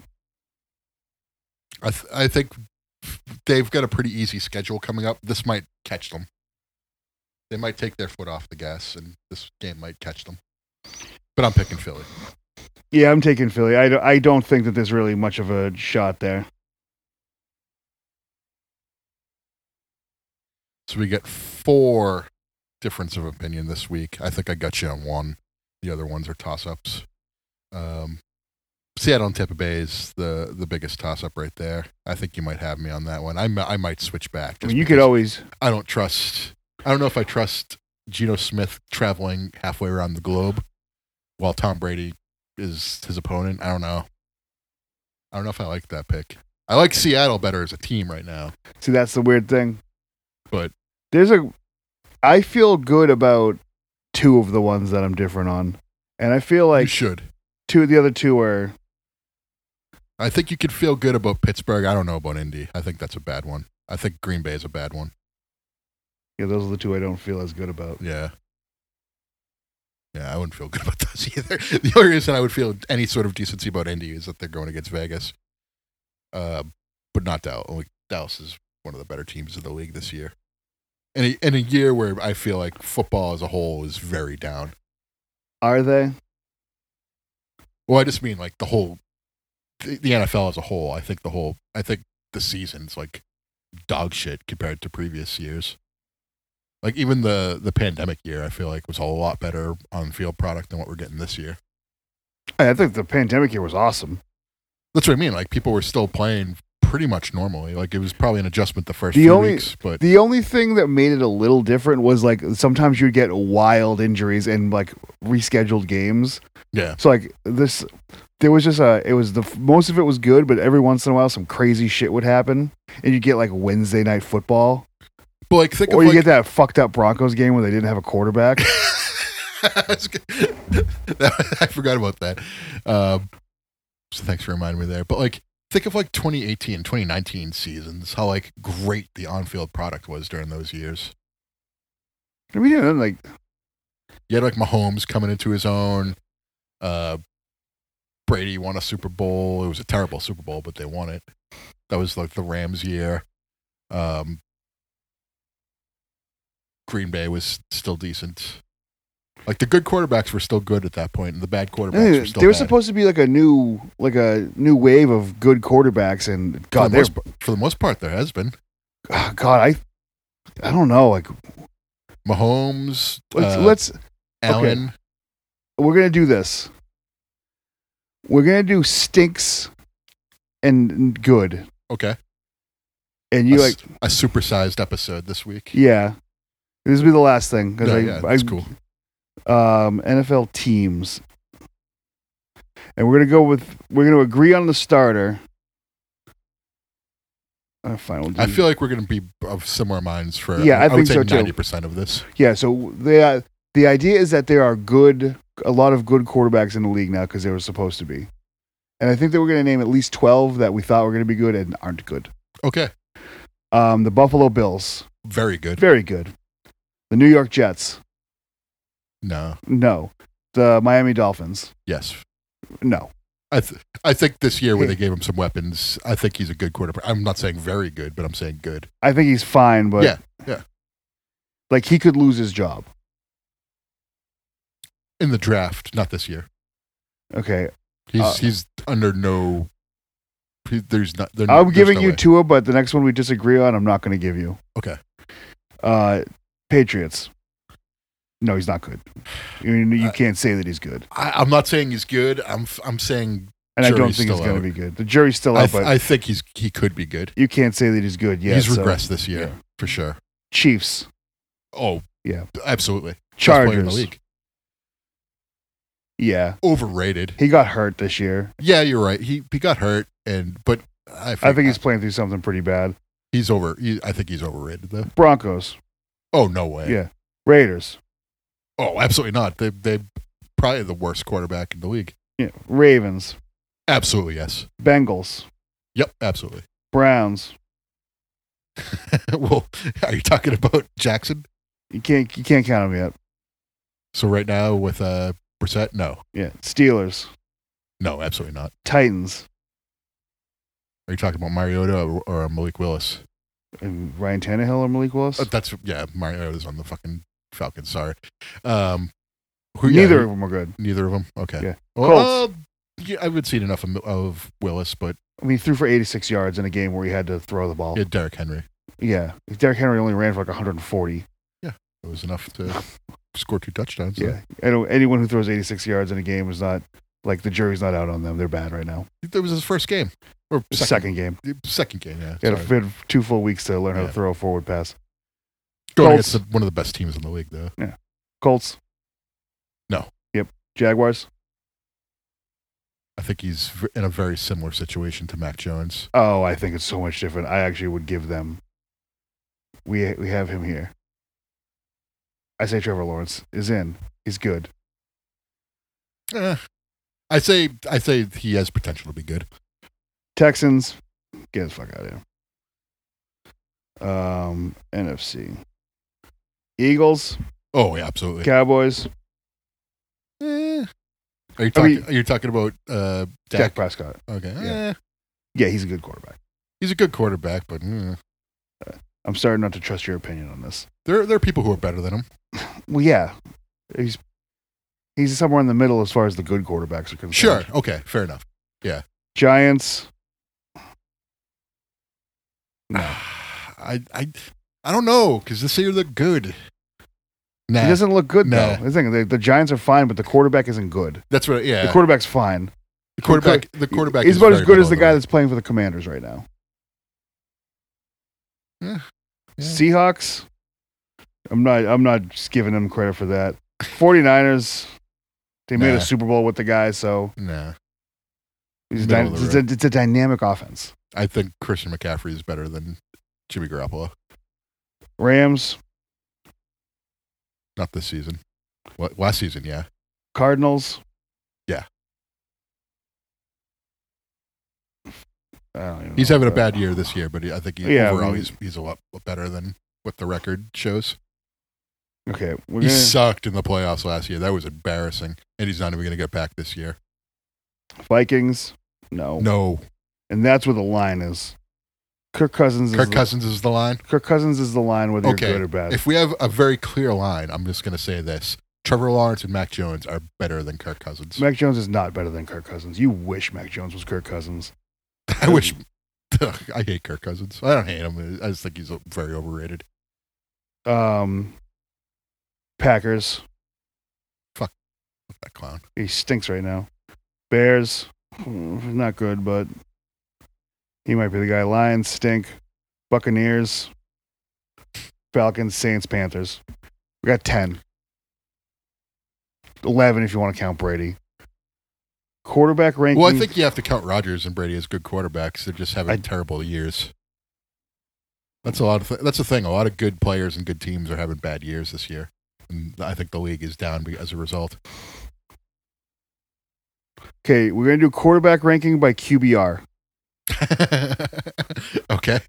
Speaker 2: I th- I think they've got a pretty easy schedule coming up. This might catch them. They might take their foot off the gas, and this game might catch them. But I'm picking Philly.
Speaker 1: Yeah, I'm taking Philly. I, do, I don't think that there's really much of a shot there.
Speaker 2: So we get four difference of opinion this week. I think I got you on one. The other ones are toss ups. Um, Seattle and Tampa Bay is the, the biggest toss up right there. I think you might have me on that one. I mi- I might switch back.
Speaker 1: I
Speaker 2: just
Speaker 1: mean, you could
Speaker 2: because-
Speaker 1: always.
Speaker 2: I don't trust. I don't know if I trust Geno Smith traveling halfway around the globe while Tom Brady is his opponent. I don't know. I don't know if I like that pick. I like Seattle better as a team right now.
Speaker 1: See, that's the weird thing.
Speaker 2: But-
Speaker 1: there's a. I feel good about two of the ones that I'm different on, and I feel
Speaker 2: you
Speaker 1: like
Speaker 2: should.
Speaker 1: two of the other two are.
Speaker 2: I think you could feel good about Pittsburgh. I don't know about Indy. I think that's a bad one. I think Green Bay is a bad one.
Speaker 1: Yeah, those are the two I don't feel as good about.
Speaker 2: Yeah. Yeah, I wouldn't feel good about those either. The only reason I would feel any sort of decency about Indy is that they're going against Vegas. Uh, but not Dallas. Like, Dallas is one of the better teams in the league this year. In a, in a year where I feel like football as a whole is very down.
Speaker 1: Are they?
Speaker 2: Well, I just mean like the whole, the, the NFL as a whole. I think the whole, I think the season's like dog shit compared to previous years. Like even the the pandemic year, I feel like was a lot better on field product than what we're getting this year.
Speaker 1: I think the pandemic year was awesome.
Speaker 2: That's what I mean. Like people were still playing pretty much normally. Like it was probably an adjustment the first
Speaker 1: The
Speaker 2: few
Speaker 1: only-
Speaker 2: weeks, but
Speaker 1: The only thing that made it a little different was like sometimes you'd get wild injuries and like rescheduled games.
Speaker 2: Yeah.
Speaker 1: So like this, there was just a. It was the most of it was good, but every once in a while some crazy shit would happen, and you get like Wednesday night football,
Speaker 2: but like think
Speaker 1: or
Speaker 2: of
Speaker 1: you get
Speaker 2: like
Speaker 1: that fucked up Broncos game where they didn't have a quarterback.
Speaker 2: I was g- That- I forgot about that. Um, so thanks for reminding me there. But like, think of like 2018, 2019 seasons, how like great the on-field product was during those years.
Speaker 1: I mean, you know, like
Speaker 2: You had like Mahomes coming into his own. Uh, Brady won a Super Bowl. It was a terrible Super Bowl, but they won it. That was like the Rams year. Um, Green Bay was still decent. Like the good quarterbacks were still good at that point, and the bad quarterbacks were still
Speaker 1: there was
Speaker 2: bad.
Speaker 1: supposed to be like a new like a new wave of good quarterbacks, and
Speaker 2: for,
Speaker 1: God,
Speaker 2: the
Speaker 1: they're
Speaker 2: most, par- for the most part, there has been
Speaker 1: ah, God, I, I don't know. Like
Speaker 2: Mahomes,
Speaker 1: let's,
Speaker 2: uh,
Speaker 1: let's
Speaker 2: Allen.
Speaker 1: we're gonna do this. We're gonna do stinks and good.
Speaker 2: Okay.
Speaker 1: And you
Speaker 2: a,
Speaker 1: like
Speaker 2: s- a supersized episode this week.
Speaker 1: Yeah. This will be the last thing because
Speaker 2: No,
Speaker 1: I,
Speaker 2: yeah,
Speaker 1: I
Speaker 2: that's cool.
Speaker 1: um, NFL teams, and we're gonna go with we're gonna agree on the starter. Uh, fine, we'll do-
Speaker 2: I feel like we're going to be of similar minds for.
Speaker 1: Yeah, I
Speaker 2: would
Speaker 1: think
Speaker 2: say
Speaker 1: so, too.
Speaker 2: 90% of this.
Speaker 1: yeah. So the uh, the idea is that there are good a lot of good quarterbacks in the league now because they were supposed to be, and I think that we're gonna name at least twelve that we thought were gonna be good and aren't good.
Speaker 2: Okay.
Speaker 1: Um, the Buffalo Bills,
Speaker 2: Very good.
Speaker 1: very good. The New York Jets,
Speaker 2: No.
Speaker 1: no. The Miami Dolphins,
Speaker 2: Yes.
Speaker 1: no.
Speaker 2: I th- I think this year when
Speaker 1: Yeah.
Speaker 2: they gave him some weapons, I think he's a good quarterback. I'm not saying very good, but I'm saying good.
Speaker 1: I think he's fine, but
Speaker 2: Yeah, yeah.
Speaker 1: like he could lose his job.
Speaker 2: In the draft, not this year.
Speaker 1: Okay,
Speaker 2: He's
Speaker 1: Uh,
Speaker 2: he's under no. he- There's not. there-
Speaker 1: I'm
Speaker 2: there's
Speaker 1: giving
Speaker 2: no
Speaker 1: you
Speaker 2: way.
Speaker 1: Tua, but the next one we disagree on, I'm not going to give you.
Speaker 2: Okay.
Speaker 1: Uh, Patriots. No, he's not good. You, you
Speaker 2: Uh,
Speaker 1: can't say that he's good,
Speaker 2: I, I'm not saying he's good. I'm f- I'm saying
Speaker 1: and I don't
Speaker 2: jury's
Speaker 1: think he's
Speaker 2: still
Speaker 1: going to
Speaker 2: out.
Speaker 1: be good. The jury's still
Speaker 2: I,
Speaker 1: out,
Speaker 2: th-
Speaker 1: but
Speaker 2: I think he's he could be good.
Speaker 1: you can't say that he's good yet.
Speaker 2: he's
Speaker 1: so-
Speaker 2: regressed this year
Speaker 1: yeah.
Speaker 2: for sure.
Speaker 1: Chiefs,
Speaker 2: Oh
Speaker 1: Yeah.
Speaker 2: absolutely. Best player in the
Speaker 1: Chargers.
Speaker 2: league.
Speaker 1: Yeah,
Speaker 2: Overrated.
Speaker 1: he got hurt this year.
Speaker 2: Yeah, you're right. He he got hurt, and but I think,
Speaker 1: I think he's playing through something pretty bad.
Speaker 2: he's over. He, I think he's overrated though.
Speaker 1: Broncos,
Speaker 2: Oh no way.
Speaker 1: yeah. Raiders,
Speaker 2: Oh, absolutely not. They they probably the worst quarterback in the league.
Speaker 1: yeah. Ravens,
Speaker 2: Absolutely yes.
Speaker 1: Bengals,
Speaker 2: Yep, absolutely.
Speaker 1: Browns.
Speaker 2: well, are you talking about Jackson?
Speaker 1: You can't you can't count them yet.
Speaker 2: So right now with uh Brissett, no,
Speaker 1: Yeah, Steelers,
Speaker 2: no, absolutely not.
Speaker 1: Titans,
Speaker 2: Are you talking about Mariota or, or Malik Willis?
Speaker 1: and Ryan Tannehill or Malik Willis.
Speaker 2: Uh, that's yeah, Mariota's on the fucking Falcons. Sorry. Um, who, yeah,
Speaker 1: Neither
Speaker 2: who-
Speaker 1: of them are good.
Speaker 2: Neither of them. Okay.
Speaker 1: Yeah.
Speaker 2: Well, uh, yeah, I haven't seen enough of, Mil- of Willis, but
Speaker 1: I mean, he threw for 86 yards in a game where he had to throw the ball.
Speaker 2: yeah, Derrick Henry.
Speaker 1: yeah, Derrick Henry only ran for like 140.
Speaker 2: It was enough to score two touchdowns.
Speaker 1: Yeah, I don't, anyone who throws 86 yards in a game is not like the jury's not out on them. They're bad right now.
Speaker 2: That was his first game or
Speaker 1: Second,
Speaker 2: second
Speaker 1: game,
Speaker 2: second game. Yeah.
Speaker 1: he had, a,
Speaker 2: sorry.
Speaker 1: he had two full weeks to learn how
Speaker 2: Yeah.
Speaker 1: to throw a forward pass.
Speaker 2: Going
Speaker 1: Colts.
Speaker 2: against the, one of the best teams in the league, though.
Speaker 1: Colts.
Speaker 2: No.
Speaker 1: Yep. Jaguars.
Speaker 2: I think he's v- in a very similar situation to Mac Jones.
Speaker 1: Oh, I think it's so much different. I actually would give them. We we have him here. I say Trevor Lawrence is in. He's good.
Speaker 2: Eh. I say I say he has potential to be good.
Speaker 1: Texans, get the fuck out of here. Um, NFC. Eagles,
Speaker 2: Oh, yeah, absolutely.
Speaker 1: Cowboys,
Speaker 2: Eh. Are you
Speaker 1: I
Speaker 2: talking?
Speaker 1: mean-
Speaker 2: are you talking about uh,
Speaker 1: Dak,
Speaker 2: Dak?
Speaker 1: Prescott.
Speaker 2: Okay,
Speaker 1: Yeah.
Speaker 2: Eh.
Speaker 1: Yeah, he's a good quarterback.
Speaker 2: he's a good quarterback, but mm.
Speaker 1: I'm starting not to trust your opinion on this.
Speaker 2: there there are people who are better than him.
Speaker 1: Well, yeah, he's he's somewhere in the middle as far as the good quarterbacks are concerned.
Speaker 2: Sure. Okay. Fair enough.
Speaker 1: Giants. No.
Speaker 2: I I I don't know because this year looked good.
Speaker 1: He
Speaker 2: Nah,
Speaker 1: doesn't look good
Speaker 2: Nah.
Speaker 1: though. The thing, the, the Giants are fine, but the quarterback isn't good.
Speaker 2: that's what. Yeah,
Speaker 1: The quarterback's fine.
Speaker 2: the quarterback. The quarterback.
Speaker 1: He's
Speaker 2: is
Speaker 1: about as
Speaker 2: very
Speaker 1: good as
Speaker 2: below
Speaker 1: the guy that's playing for the Commanders right now.
Speaker 2: Yeah. Yeah.
Speaker 1: Seahawks. I'm not. I'm not just giving them credit for that. 49ers. They made
Speaker 2: Nah.
Speaker 1: a Super Bowl with the guy, so
Speaker 2: Nah,
Speaker 1: it's a,
Speaker 2: Middle
Speaker 1: dy-
Speaker 2: of the
Speaker 1: it's, a, it's a dynamic offense.
Speaker 2: I think Christian McCaffrey is better than Jimmy Garoppolo.
Speaker 1: Rams,
Speaker 2: Not this season. What last season? Yeah,
Speaker 1: Cardinals.
Speaker 2: Yeah.
Speaker 1: I don't even
Speaker 2: he's
Speaker 1: know
Speaker 2: having a
Speaker 1: about that.
Speaker 2: bad year this year, but he, I think he,
Speaker 1: Yeah, I
Speaker 2: overall
Speaker 1: mean-
Speaker 2: he's he's a lot better than what the record shows.
Speaker 1: Okay, we're
Speaker 2: He
Speaker 1: gonna-
Speaker 2: sucked in the playoffs last year. That was embarrassing, and he's not even going to get back this year.
Speaker 1: Vikings. No.
Speaker 2: No,
Speaker 1: and that's where the line is. Kirk Cousins.
Speaker 2: Kirk
Speaker 1: is
Speaker 2: Cousins is the line.
Speaker 1: The, Kirk Cousins is the line whether
Speaker 2: Okay,
Speaker 1: you're good or bad.
Speaker 2: If we have a very clear line, I'm just going to say this: Trevor Lawrence and Mac Jones are better than Kirk Cousins.
Speaker 1: Mac Jones is not better than Kirk Cousins. You wish Mac Jones was Kirk Cousins.
Speaker 2: I wish. Ugh, I hate Kirk Cousins. I don't hate him. I just think he's uh, very overrated.
Speaker 1: Um, Packers.
Speaker 2: That clown.
Speaker 1: He stinks right now. Bears. hmm, not good, but he might be the guy. Lions stink. Buccaneers, Falcons, Saints, Panthers. We got 10. 11 if you want to count Brady. Quarterback ranking.
Speaker 2: Well, I think you have to count Rodgers and Brady as good quarterbacks. They're just having
Speaker 1: I-
Speaker 2: terrible years. That's a lot of. Th- that's the thing. A lot of good players and good teams are having bad years this year, and I think the league is down be- as a result.
Speaker 1: Okay, we're going to do quarterback ranking by QBR.
Speaker 2: okay.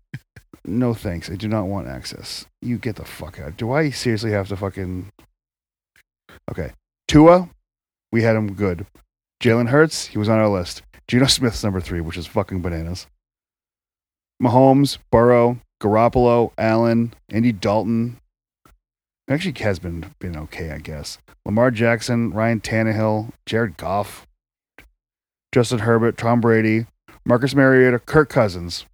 Speaker 1: No thanks. I do not want access. You get the fuck out. Do I seriously have to fucking. Okay. Tua, we had him good. Jalen Hurts, he was on our list. Geno Smith's number three, which is fucking bananas. Mahomes, Burrow, Garoppolo, Allen, Andy Dalton. Actually, has been, been okay, I guess. Lamar Jackson, Ryan Tannehill, Jared Goff, Justin Herbert, Tom Brady, Marcus Mariota, Kirk Cousins.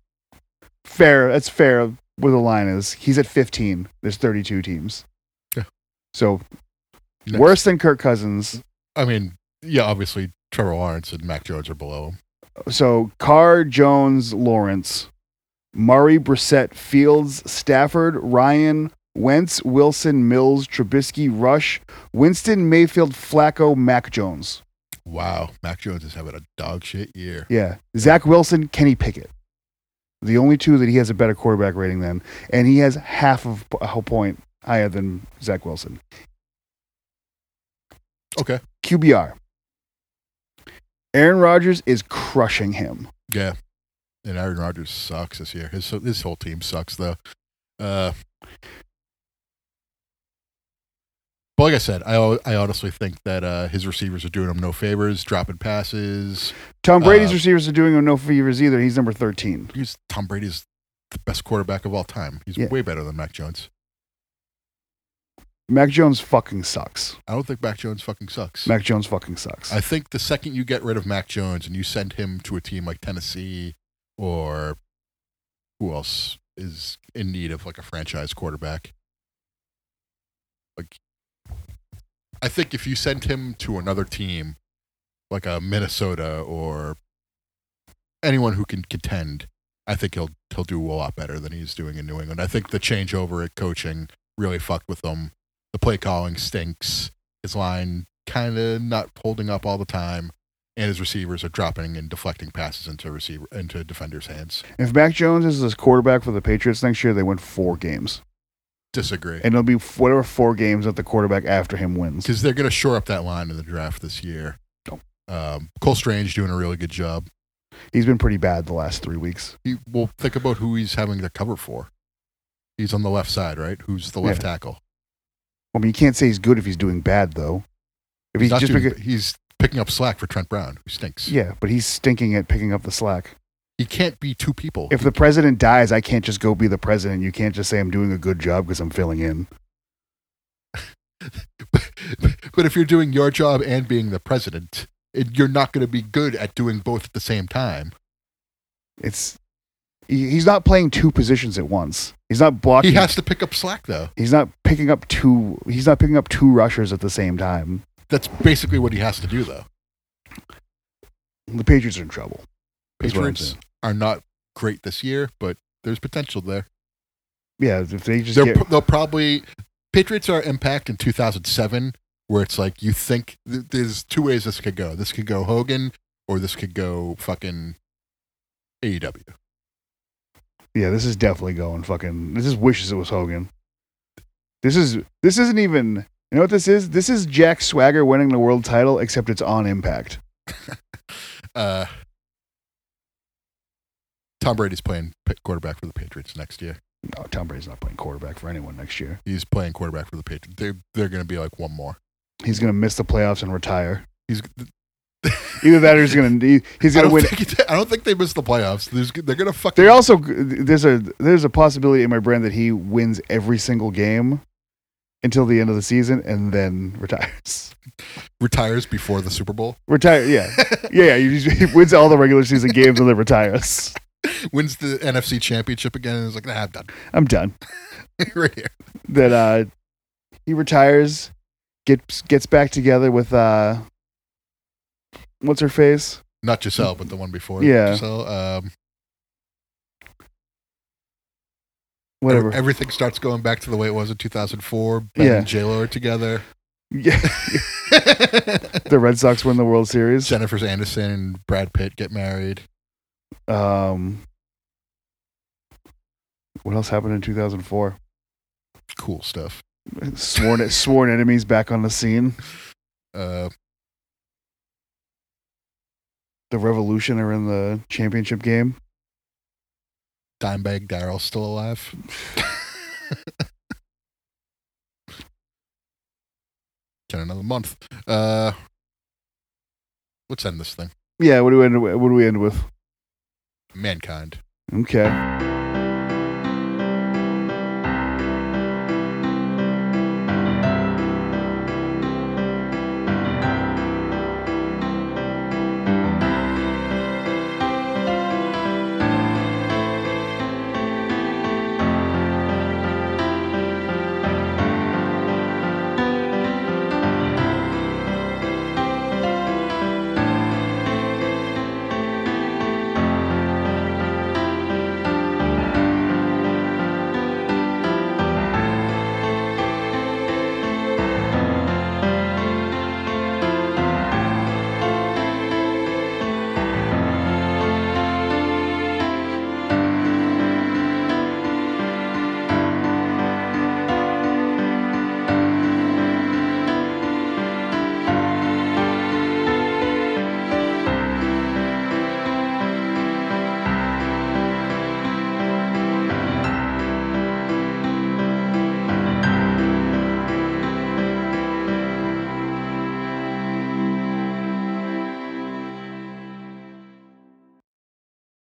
Speaker 1: Fair. That's fair where the line is. He's at 15. There's 32 teams.
Speaker 2: Yeah.
Speaker 1: So
Speaker 2: Next.
Speaker 1: worse than Kirk Cousins.
Speaker 2: I mean, yeah. Obviously, Trevor Lawrence and Mac Jones are below him.
Speaker 1: So Carr, Jones, Lawrence, Murray, Brissett, Fields, Stafford, Ryan, Wentz, Wilson, Mills, Trubisky, Rush, Winston, Mayfield, Flacco, Mac Jones.
Speaker 2: Wow, Mac Jones is having a dog shit year.
Speaker 1: Yeah. Zach Wilson, Kenny Pickett. The only two that he has a better quarterback rating than, and he has half of a whole point higher than Zach Wilson.
Speaker 2: Okay.
Speaker 1: QBR. Aaron Rodgers is crushing him.
Speaker 2: Yeah. And Aaron Rodgers sucks this year. His his whole team sucks though. Uh but like I said, I, hon- I honestly think that uh, his receivers are doing him no favors, dropping passes.
Speaker 1: Tom Brady's
Speaker 2: Uh,
Speaker 1: receivers are doing him no favors either. He's number 13.
Speaker 2: He's Tom Brady's the best quarterback of all time. He's
Speaker 1: Yeah.
Speaker 2: way better than Mac Jones.
Speaker 1: Mac Jones fucking sucks.
Speaker 2: I don't think Mac Jones fucking sucks.
Speaker 1: Mac Jones fucking sucks.
Speaker 2: I think the second you get rid of Mac Jones and you send him to a team like Tennessee or who else is in need of like a franchise quarterback, like I think if you send him to another team like a Minnesota or anyone who can contend, I think he'll he'll do a lot better than he's doing in New England. I think the changeover at coaching really fucked with him. The play calling stinks. His line kind of not holding up all the time, and his receivers are dropping and deflecting passes into receiver into defenders' hands.
Speaker 1: if Mac Jones is his quarterback for the Patriots next year, they win four games.
Speaker 2: Disagree
Speaker 1: And it'll be f- whatever four games that the quarterback after him wins.
Speaker 2: because they're going to shore up that line in the draft this year.
Speaker 1: No.
Speaker 2: Um, Cole Strange doing a really good job.
Speaker 1: He's been pretty bad the last three weeks.
Speaker 2: He, well, think about who he's having to cover for. He's on the left side, right? Who's the left tackle?
Speaker 1: I mean, you can't say he's good if he's doing bad, though. If he's
Speaker 2: He's, not
Speaker 1: just
Speaker 2: doing-
Speaker 1: because,
Speaker 2: he's picking up slack for Trent Brown, who stinks.
Speaker 1: yeah, but he's stinking at picking up the slack.
Speaker 2: He can't be two people.
Speaker 1: If the president dies, I can't just go be the president. You can't just say I'm doing a good job because I'm filling in.
Speaker 2: but if you're doing your job and being the president, it, you're not going to be good at doing both at the same time.
Speaker 1: It's he- he's not playing two positions at once. He's not blocking.
Speaker 2: He has to pick up slack, though.
Speaker 1: he's not picking up two. He's not picking up two rushers at the same time.
Speaker 2: That's basically what he has to do, though.
Speaker 1: The Patriots are in trouble. That's what I'm
Speaker 2: Patriots are not great this year, but there's potential there.
Speaker 1: Yeah, if they just
Speaker 2: They're,
Speaker 1: get,
Speaker 2: pro- they'll probably Patriots are impact in 2007, where it's like you think th- there's two ways this could go. This could go Hogan, or this could go fucking E AEW.
Speaker 1: yeah, this is definitely going fucking. This is wishes it was Hogan. This is this isn't even. You know what this is? This is Jack Swagger winning the world title, except it's on Impact.
Speaker 2: Uh, Tom Brady's playing p- quarterback for the Patriots next year.
Speaker 1: No, Tom Brady's not playing quarterback for anyone next year.
Speaker 2: He's playing quarterback for the Patriots. They're they're going to be like one more.
Speaker 1: He's gonna miss the playoffs and retire.
Speaker 2: He's
Speaker 1: Either that, or he's gonna he- he's
Speaker 2: I
Speaker 1: gonna
Speaker 2: don't
Speaker 1: win.
Speaker 2: Think, I don't think they missed the playoffs. There's, they're gonna fucking.
Speaker 1: They're also there's a there's a possibility in my brain that he wins every single game until the end of the season and then retires.
Speaker 2: retires before the Super Bowl.
Speaker 1: Retire, yeah, yeah. yeah he, he wins all the regular season games and then retires.
Speaker 2: Wins the NFC Championship again, and is like, nah, I'm done
Speaker 1: I'm done.
Speaker 2: right here.
Speaker 1: That uh, he retires, gets gets back together with uh, what's her face,
Speaker 2: Not Giselle, but the one before.
Speaker 1: Yeah.
Speaker 2: Giselle. Um,
Speaker 1: Whatever.
Speaker 2: ev- Everything starts going back to the way it was in 2004. Ben
Speaker 1: Yeah.
Speaker 2: and J-Lo are together.
Speaker 1: yeah, the Red Sox win the World Series.
Speaker 2: Jennifer Anderson and Brad Pitt get married.
Speaker 1: Um, what else happened in 2004?
Speaker 2: Cool stuff.
Speaker 1: Sworn sworn enemies back on the scene.
Speaker 2: Uh,
Speaker 1: The Revolution are in the championship game.
Speaker 2: Dimebag Daryl's still alive. Get another month. Uh, let's end this thing.
Speaker 1: Yeah, what do we end? What do we end with?
Speaker 2: Mankind.
Speaker 1: Okay.